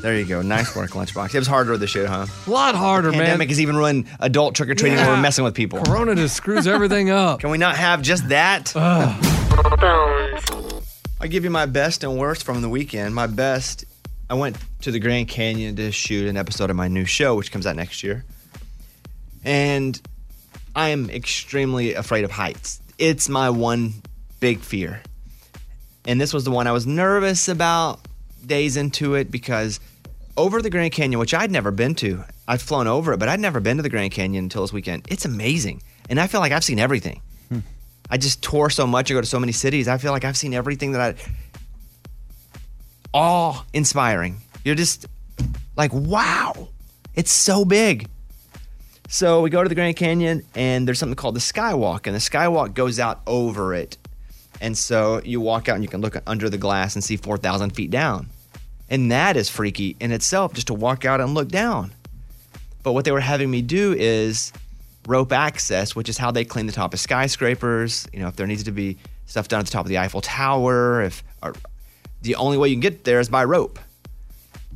S1: There you go. Nice work, Lunchbox. It was harder this year, huh?
S5: A lot harder,
S1: the
S5: man.
S1: pandemic has even ruined adult trick or treating where we're
S5: Yeah.
S1: messing with people.
S5: Corona just screws everything up.
S1: Can we not have just that? I give you my best and worst from the weekend. My best, I went to the Grand Canyon to shoot an episode of my new show, which comes out next year. And I am extremely afraid of heights. It's my one big fear. And this was the one I was nervous about days into it because over the Grand Canyon, which I'd never been to, I'd flown over it, but I'd never been to the Grand Canyon until this weekend. It's amazing. And I feel like I've seen everything.
S8: Hmm.
S1: I just tour so much. I go to so many cities. I feel like I've seen everything that I. Awe inspiring. You're just like, wow, it's so big. So we go to the Grand Canyon, and there's something called the Skywalk, and the Skywalk goes out over it. And so you walk out and you can look under the glass and see 4,000 feet down. And that is freaky in itself, just to walk out and look down. But what they were having me do is rope access, which is how they clean the top of skyscrapers. You know, if there needs to be stuff done at the top of the Eiffel Tower, if or, the only way you can get there is by rope.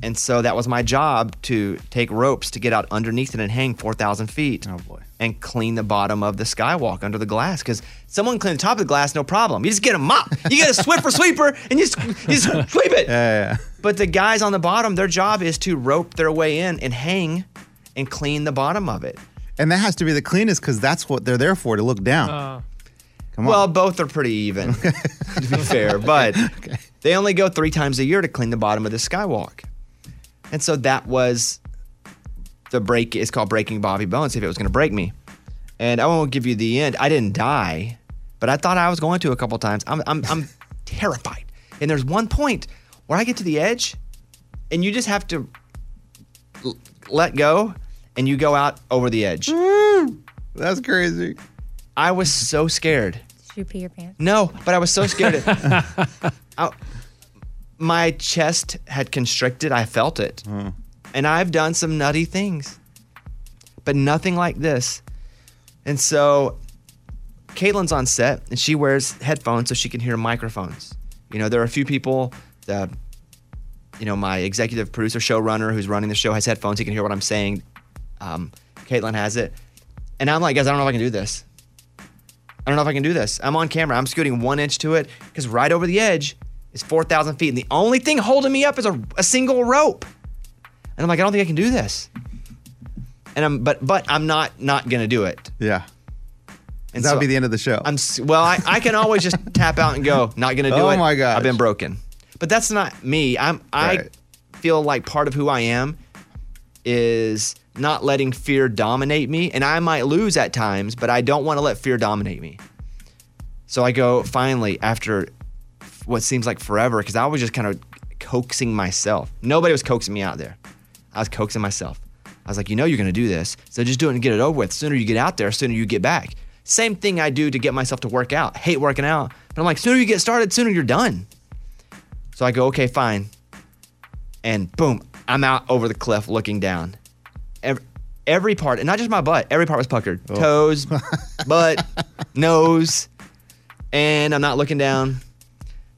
S1: And so that was my job to take ropes to get out underneath it and hang 4,000 feet. Oh boy. And clean the bottom of the skywalk under the glass because someone clean the top of the glass, no problem. You just get a mop, you get a swiffer sweeper, and you just, you just sweep it. But the guys on the bottom, their job is to rope their way in and hang and clean the bottom of it.
S2: And that has to be the cleanest because that's what they're there for to look down.
S1: Uh,
S2: Come on.
S1: Well, both are pretty even, to be fair. But they only go three times a year to clean the bottom of the skywalk. And so that was the break. It's called breaking Bobby Bones if it was going to break me. And I won't give you the end. I didn't die, but I thought I was going to a couple times. I'm, I'm, I'm terrified. And there's one point where I get to the edge and you just have to l- let go and you go out over the edge. That's crazy. I was so scared.
S4: Did you pee your pants?
S1: No, but I was so scared. I- my chest had constricted. I felt it. And I've done some nutty things, but nothing like this. And so Caitlin's on set and she wears headphones so she can hear microphones. You know, there are a few people that, you know, my executive producer, showrunner who's running the show has headphones. He can hear what I'm saying. Um, Caitlin has it. And I'm like, guys, I don't know if I can do this. I don't know if I can do this. I'm on camera. I'm scooting one inch to it because right over the edge is 4,000 feet. And the only thing holding me up is a, a single rope. And I'm like, I don't think I can do this. And I'm, but, but I'm not, not going to do it.
S2: Yeah.
S1: And
S2: That'll
S1: so-
S2: be the end of the show.
S1: I'm, s- well, I, I can always just tap out and go, not going to do
S2: Oh
S1: it.
S2: my gosh.
S1: I've been broken. But that's not me. I'm, I
S2: Right.
S1: feel like part of who I am is not letting fear dominate me. And I might lose at times, but I don't want to let fear dominate me. So I go, finally, after what seems like forever, because I was just kind of coaxing myself. Nobody was coaxing me out there. I was coaxing myself. I was like, you know, you're going to do this. So just do it and get it over with. Sooner you get out there, sooner you get back. Same thing I do to get myself to work out. Hate working out. But I'm like, sooner you get started, sooner you're done. So I go, okay, fine. And boom, I'm out over the cliff looking down. Every, every part, and not just my butt, every part was puckered
S2: Oh.
S1: toes, butt, nose. And I'm not looking down.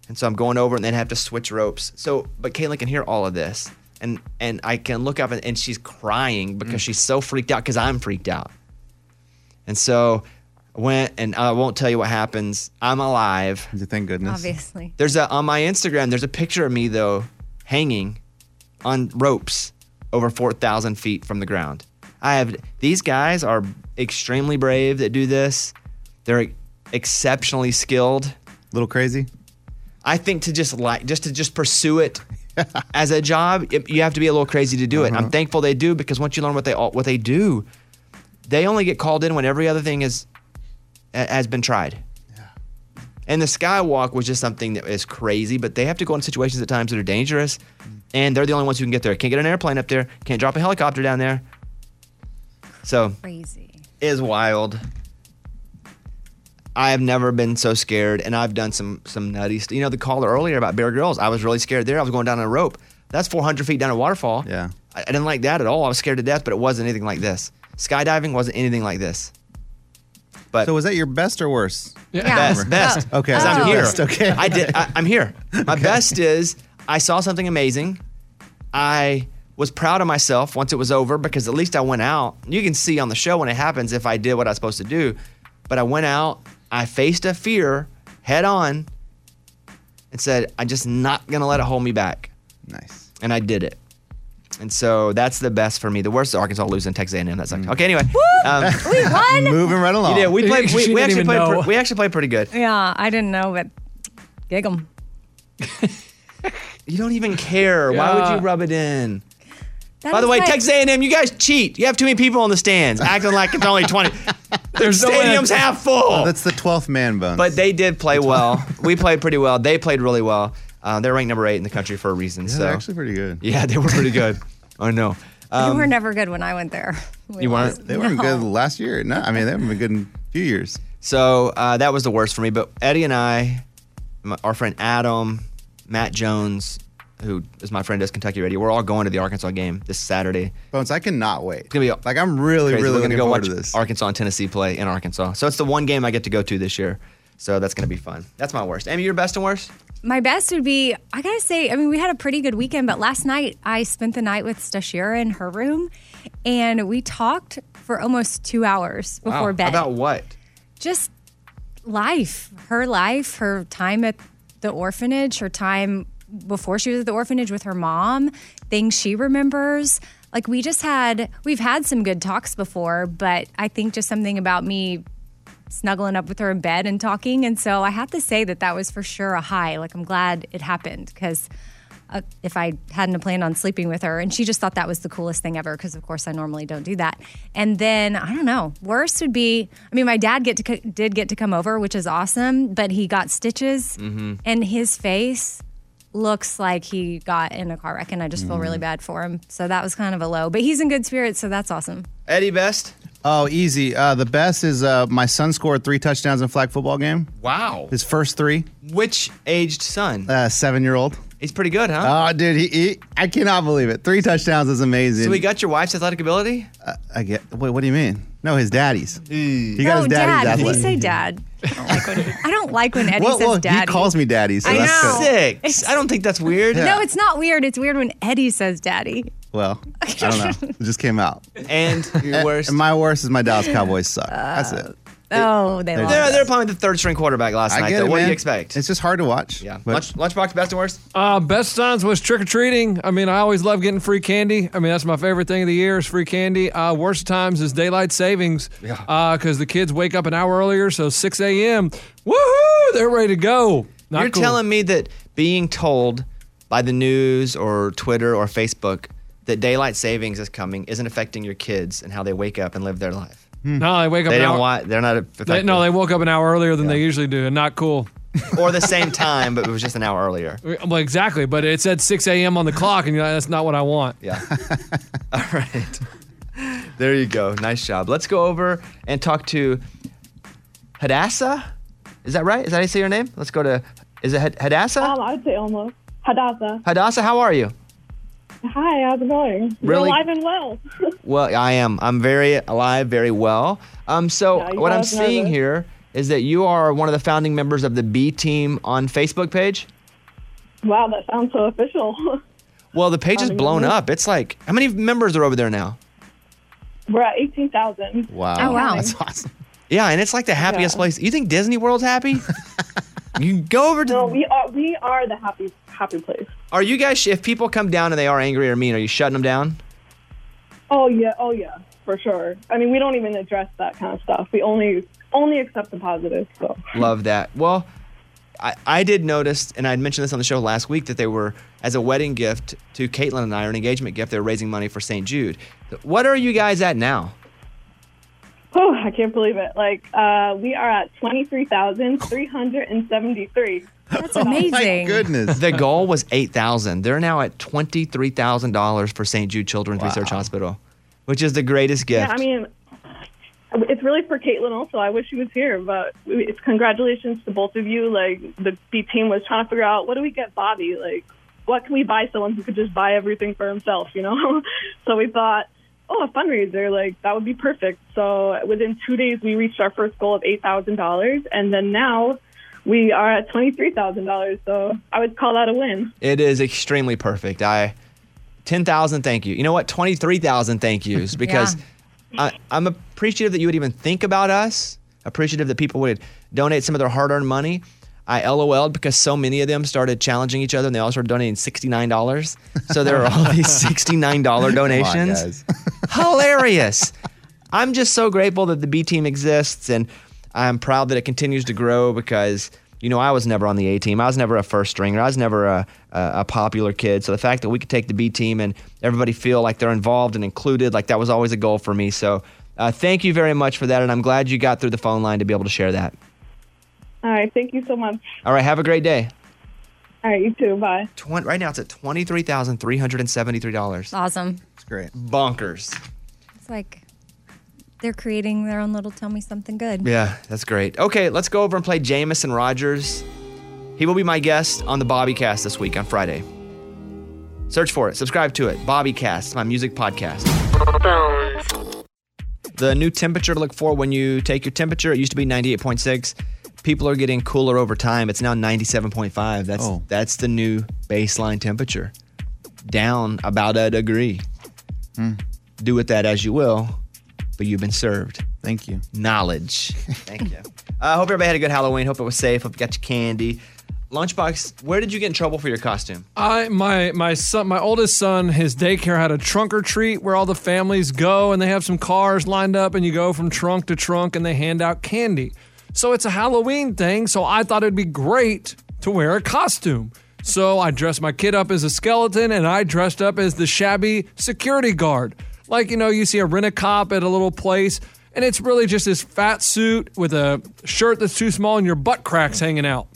S1: And so I'm going over and then have to switch ropes. So, but Caitlin can hear all of this. And and I can look up and, and she's crying because
S2: Mm.
S1: she's so freaked out because I'm freaked out. And so I went and I won't tell you what happens. I'm alive.
S2: Thank goodness.
S4: Obviously.
S1: There's a on my Instagram, there's a picture of me though, hanging on ropes over four thousand feet from the ground. I have these guys are extremely brave that do this. They're exceptionally skilled.
S2: little crazy.
S1: I think to just like just to just pursue it as a job, it- you have to be a little crazy to do it.
S2: Uh-huh.
S1: I'm thankful they do because once you learn what they all, what they do, they only get called in when every other thing is a- has been tried. And the skywalk was just something that is crazy, but they have to go in situations at times that are dangerous, and they're the only ones who can get there. Can't get an airplane up there. Can't drop a helicopter down there. So
S4: Crazy.
S1: is wild. I have never been so scared, and I've done some some nutty. St- you know, the caller earlier about Bear Grylls, I was really scared there. I was going down a rope. That's 400 feet down a waterfall. Yeah, I, I didn't like that at all. I was scared to death, but it wasn't anything like this. Skydiving wasn't anything like this. But
S2: so was that your best or worst?
S1: Best, best.
S2: Okay.
S1: 'Cause
S2: that's
S1: I'm
S2: your
S1: here.
S2: best, Okay.
S1: I did. I, I'm here. My best is I saw something amazing. I was proud of myself once it was over because at least I went out. You can see on the show when it happens if I did what I was supposed to do. But I went out. I faced a fear head on and said, "I'm just not gonna let it hold me back." Nice. And I did it. And so that's the best for me. The worst is Arkansas losing to Texas A&M. That's like okay. Anyway, um,
S4: We won! Moving
S2: right
S4: along.
S1: You Mm. did. We played.
S4: She
S1: We, we
S4: didn't
S1: actually
S4: even
S1: played.
S4: know.
S1: pre- we actually played pretty good.
S4: Yeah, I didn't know, but giggle.
S1: You don't even care. Why would
S4: Yeah.
S1: you rub it in?
S4: That
S1: By the
S4: is
S1: way,
S4: like-
S1: Texas A&M, you guys cheat. You have too many people on the stands, acting like it's only twenty. Their
S2: no way
S1: stadium's
S2: that's-
S1: half full.
S2: Oh, that's the twelfth man bun.
S1: but they did play well. we played pretty well. They played really well. Uh, they're ranked number eight in the country for a reason.
S2: Yeah,
S1: so
S2: they're actually pretty good.
S1: yeah, they were pretty good. I know.
S4: you were never good when I went there. We
S1: Um, You
S4: lost.
S1: weren't. They weren't good last year. No, I mean they haven't been good in a few years. So uh, that was the worst for me. But Eddie and I, my, our friend Adam, Matt Jones, who is my friend, does Kentucky radio. We're all going to the Arkansas game this Saturday.
S2: Bones, I cannot wait. It's
S1: gonna be
S2: like I'm really,
S1: crazy.
S2: really
S1: We're gonna
S2: looking
S1: go
S2: forward
S1: watch
S2: to this.
S1: Arkansas and Tennessee play in Arkansas. So it's the one game I get to go to this year. So that's gonna be fun. That's my worst. Amy, your best and worst?
S4: My best would be, I gotta say, I mean, we had a pretty good weekend, but last night I spent the night with Stashira in her room and we talked for almost two hours
S1: Wow.
S4: before bed.
S1: About what?
S4: Just life, her life, her time at the orphanage, her time before she was at the orphanage with her mom, things she remembers. Like we just had, we've had some good talks before, but I think just something about me snuggling up with her in bed and talking. And so I have to say that that was for sure a high. Like I'm glad it happened because uh, if I hadn't planned on sleeping with her, and she just thought that was the coolest thing ever because of course I normally don't do that. And then I don't know. Worst would be I mean my dad get to co- did get to come over, which is awesome, but he got stitches
S18: Mm-hmm.
S4: and his face looks like he got in a car wreck and I just feel
S1: Mm.
S4: really bad for him. So that was kind of a low, but he's in good spirits, so that's awesome.
S1: Eddie best?
S2: Oh, easy. Uh, the best is uh, my son scored three touchdowns in a flag football game.
S1: Wow.
S2: His first three.
S1: Which aged son?
S2: Uh, seven year old.
S1: He's pretty good, huh?
S2: Oh, dude, he, he, I cannot believe it. Three touchdowns is amazing.
S1: so we got your wife's athletic ability?
S2: Uh, I get. Wait, what do you mean? No, his daddy's. He got
S4: no,
S2: his
S4: dad.
S2: daddy's
S4: Please
S2: athletic.
S4: say dad. I don't like when Eddie
S2: well,
S4: says
S2: well,
S4: daddy.
S2: he calls me daddy, so
S4: I
S2: that's
S4: know.
S2: good.
S1: Six. I don't think that's weird.
S4: No, it's not weird. It's weird when Eddie says daddy.
S2: Well, I don't know. It just came out.
S1: And your worst? Uh,
S2: my worst is my Dallas Cowboys suck. That's it.
S4: Oh, they
S2: They're-
S4: lost.
S1: They're, they're playing the third string quarterback last
S2: I
S1: night.
S2: get
S1: though.
S2: it,
S1: what do
S2: man.
S1: you expect?
S2: It's just hard to watch. Yeah.
S1: Lunch, lunchbox best and worst?
S5: Uh, best times was trick or treating. I mean, I always love getting free candy. I mean, that's my favorite thing of the year is free candy. Uh, worst times is daylight savings because the kids wake up an hour earlier, so 6 a.m. Woohoo! They're ready to go. Not
S1: You're
S5: cool.
S1: telling me that being told by the news or Twitter or Facebook that daylight savings is coming isn't affecting your kids and how they wake up and live their life.
S5: No, they wake up
S1: Hmm. They
S5: an
S1: don't
S5: hour-
S1: want. They're not affected.
S5: They, no, they woke up an hour earlier than they usually do, and not cool.
S1: or the same time, but it was just an hour earlier.
S5: Well, exactly, but it said 6 a.m. on the clock, and you're like, that's not what I want.
S1: Yeah. All right. There you go. Nice job. Let's go over and talk to Hadassah. Is that right? Is that how you say your name? Let's go to. Is it Had- Hadassah?
S9: Um, I'd say almost. Hadassah.
S1: Hadassah, how are you?
S9: Hi, how's it going?
S1: Really-
S9: You're alive and well.
S1: Well, I am. I'm very alive, very well. Um, so
S9: Yeah, you
S1: what I'm
S9: guys know
S1: seeing
S9: this.
S1: here is that you are one of the founding members of the B Team on Facebook page.
S9: wow, that sounds so official.
S1: Well, the page is
S9: Founding
S1: blown
S9: members?
S1: up. It's like how many members are over there now?
S9: We're at 18,000.
S1: Oh, that's awesome. Yeah, and it's like the happiest place. You think Disney World's happy? you go over to.
S9: No, we are we are the happy happy place.
S1: Are you guys? If people come down and they are angry or mean, are you shutting them down?
S9: Oh yeah, oh yeah, for sure. I mean, we don't even address that kind of stuff. We only only accept the positive. So
S1: Love that. Well, I, I did notice, and I mentioned this on the show last week, that they were, as a wedding gift to Caitlin and I, or an engagement gift, they're raising money for St. Jude. What are you guys at now?
S9: oh, I can't believe it. Like uh, we are at 23,373. That's
S4: amazing.
S2: goodness.
S1: the goal was 8000 They're now at $23,000 for St. Jude Children's Research Hospital, which is the greatest gift.
S9: Yeah, I mean, it's really for Caitlin also. I wish she was here, but it's congratulations to both of you. Like the B team was trying to figure out what do we get Bobby? Like what can we buy someone who could just buy everything for himself? You know, so we thought. Oh, a fundraiser! Like that would be perfect. So within two days, we reached our first goal of eight thousand dollars, and then now we are at twenty three thousand dollars. So I would call that a win.
S1: It is extremely perfect. I 10,000 thank you. You know what? 23,000 thank yous because I, I'm appreciative that you would even think about us, appreciative that people would donate some of their hard earned money. I LOL'd because so many of them started challenging each other and they all started donating $69. So there are all these $69
S3: Oh
S1: donations
S2: guys.
S1: hilarious. I'm just so grateful that the B team exists and I'm proud that it continues to grow because you know I was never on the A team. I was never a first stringer. I was never a, a, a popular kid. So the fact that we could take the B team and everybody feel like they're involved and included, like that was always a goal for me. So uh, thank you very much for that, and I'm glad you got through the phone line to be able to share that.
S9: All right, thank you so much.
S1: All right, have a great day.
S9: All right, you too. Bye.
S1: Twen- right now it's at twenty three thousand three hundred and seventy three dollars.
S4: It's awesome.
S1: It's great. Bonkers.
S4: It's like they're creating their own little tell me something good.
S1: Yeah, that's great. Okay, let's go over and play Jamison Rogers. He will be my guest on the Bobbycast this week on Friday. Search for it. Subscribe to it. Bobbycast, it's my music podcast. The new temperature to look for when you take your temperature, it used to be 98.6. People are getting cooler over time. It's now 97.5. That's that's the new baseline temperature. Down about a degree. Do with that as you will, but you've been served.
S2: Thank you.
S1: Knowledge. Thank you. I hope everybody had a good Halloween. Hope it was safe. Hope you got your candy. Lunchbox, where did you get in trouble for your costume?
S5: I my my son my oldest son his daycare had a trunk or treat where all the families go and they have some cars lined up and you go from trunk to trunk and they hand out candy. So it's a Halloween thing, so I thought it'd be great to wear a costume. So I dressed my kid up as a skeleton and I dressed up as the shabby security guard. Like you know, you see a rent a cop at a little place and it's really just this fat suit with a shirt that's too small and your butt cracks hanging out.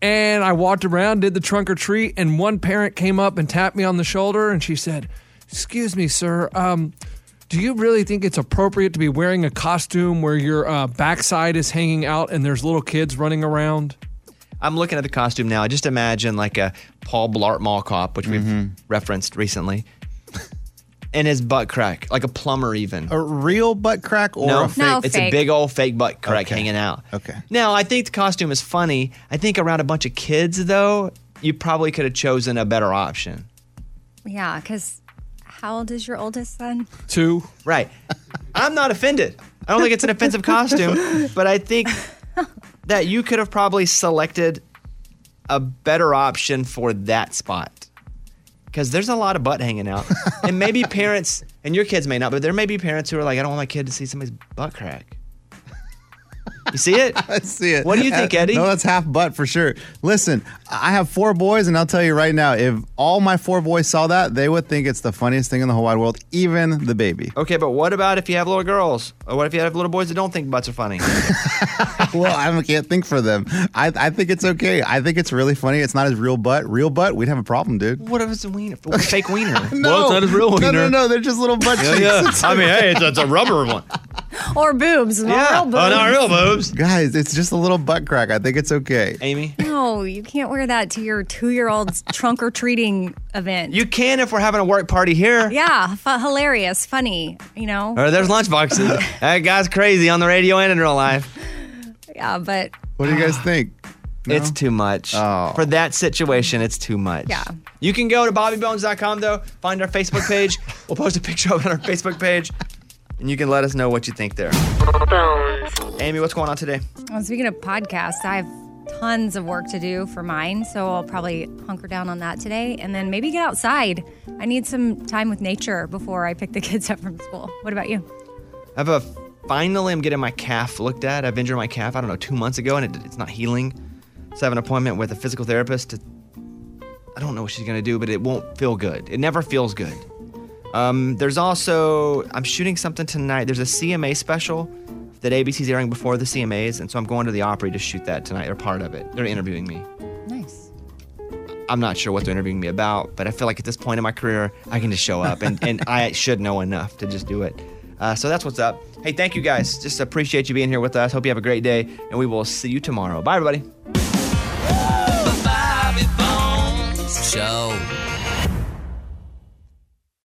S5: And I walked around, did the trunk or treat, and one parent came up and tapped me on the shoulder and she said, Excuse me, sir, um, do you really think it's appropriate to be wearing a costume where your uh, backside is hanging out and there's little kids running around?
S1: I'm looking at the costume now. I just imagine like a Paul Blart Mall Cop, which
S2: Mm-hmm.
S1: we've referenced recently, and his butt crack, like a plumber even.
S2: A real butt crack or
S1: no,
S2: a fake?
S1: it's a big old fake butt crack hanging out.
S2: Okay.
S1: Now, I think the costume is funny. I think around a bunch of kids, though, you probably could have chosen a better option.
S4: Yeah, because how old is your oldest son?
S5: Two.
S1: Right. I'm not offended. I don't think it's an offensive costume, but I think that you could have probably selected a better option for that spot. Because there's a lot of butt hanging out. And maybe parents, and your kids may not, but there may be parents who are like, I don't want my kid to see somebody's butt crack. You see it?
S2: I see it.
S1: What do you think,
S2: Uh,
S1: Eddie?
S2: No, that's half butt for sure. Listen, I have four boys, and I'll tell you right now, if all my four boys saw that, they would think it's the funniest thing in the whole wide world, even the baby.
S1: Okay, but what about if you have little girls? Or what if you have little boys that don't think butts are funny?
S2: well, I can't think for them. I, I think it's okay. I think it's really funny. It's not his real butt. Real butt, we'd have a problem, dude.
S1: What if it's a wiener? A fake wiener?
S2: No.
S1: Well, it's not his real
S2: No, no,
S1: wiener.
S2: no. They're just little butt
S1: Yeah,
S2: cheeks.
S1: yeah. I mean, hey, it's- it's a rubber one.
S4: Or boobs? Oh, not real
S2: Oh,
S4: boobs.
S1: boobs.
S2: Guys, it's just a little butt crack. I think it's okay.
S1: Amy?
S4: No, you can't wear that to your two-year-old's trunk or treating event.
S1: You can if we're having a work party here.
S4: yeah, f- hilarious, funny, you know.
S1: Or there's lunchboxes. that guy's crazy on the radio and in real life.
S4: Yeah, but
S2: What do you guys think? Oh.
S1: It's too much. For that situation, it's too much.
S4: yeah.
S1: You can go to bobbybones.com though, find our Facebook page. we'll post a picture of it on our Facebook page, and you can let us know what you think there. Amy, what's going on today?
S4: Well, speaking of podcasts, I have tons of work to do for mine, so I'll probably hunker down on that today, and then maybe get outside. I need some time with nature before I pick the kids up from school. What about you?
S1: I have a finally I'm getting my calf looked at. I've injured my calf, I don't know, two months ago, and it, it's not healing. So I have an appointment with a physical therapist. To, I don't know what she's gonna do, but it won't feel good. It never feels good. Um, there's also I'm shooting something tonight. There's a CMA special that ABC's airing before the CMAs, and so I'm going to the Opry to shoot that tonight or part of it. They're interviewing me.
S4: Nice.
S1: I'm not sure what they're interviewing me about, but I feel like at this point in my career, I can just show up and, and I should know enough to just do it. Uh, so that's what's up. Hey, thank you guys. Just appreciate you being here with us. Hope you have a great day, and we will see you tomorrow. Bye, everybody.
S8: Bobby Bones Show.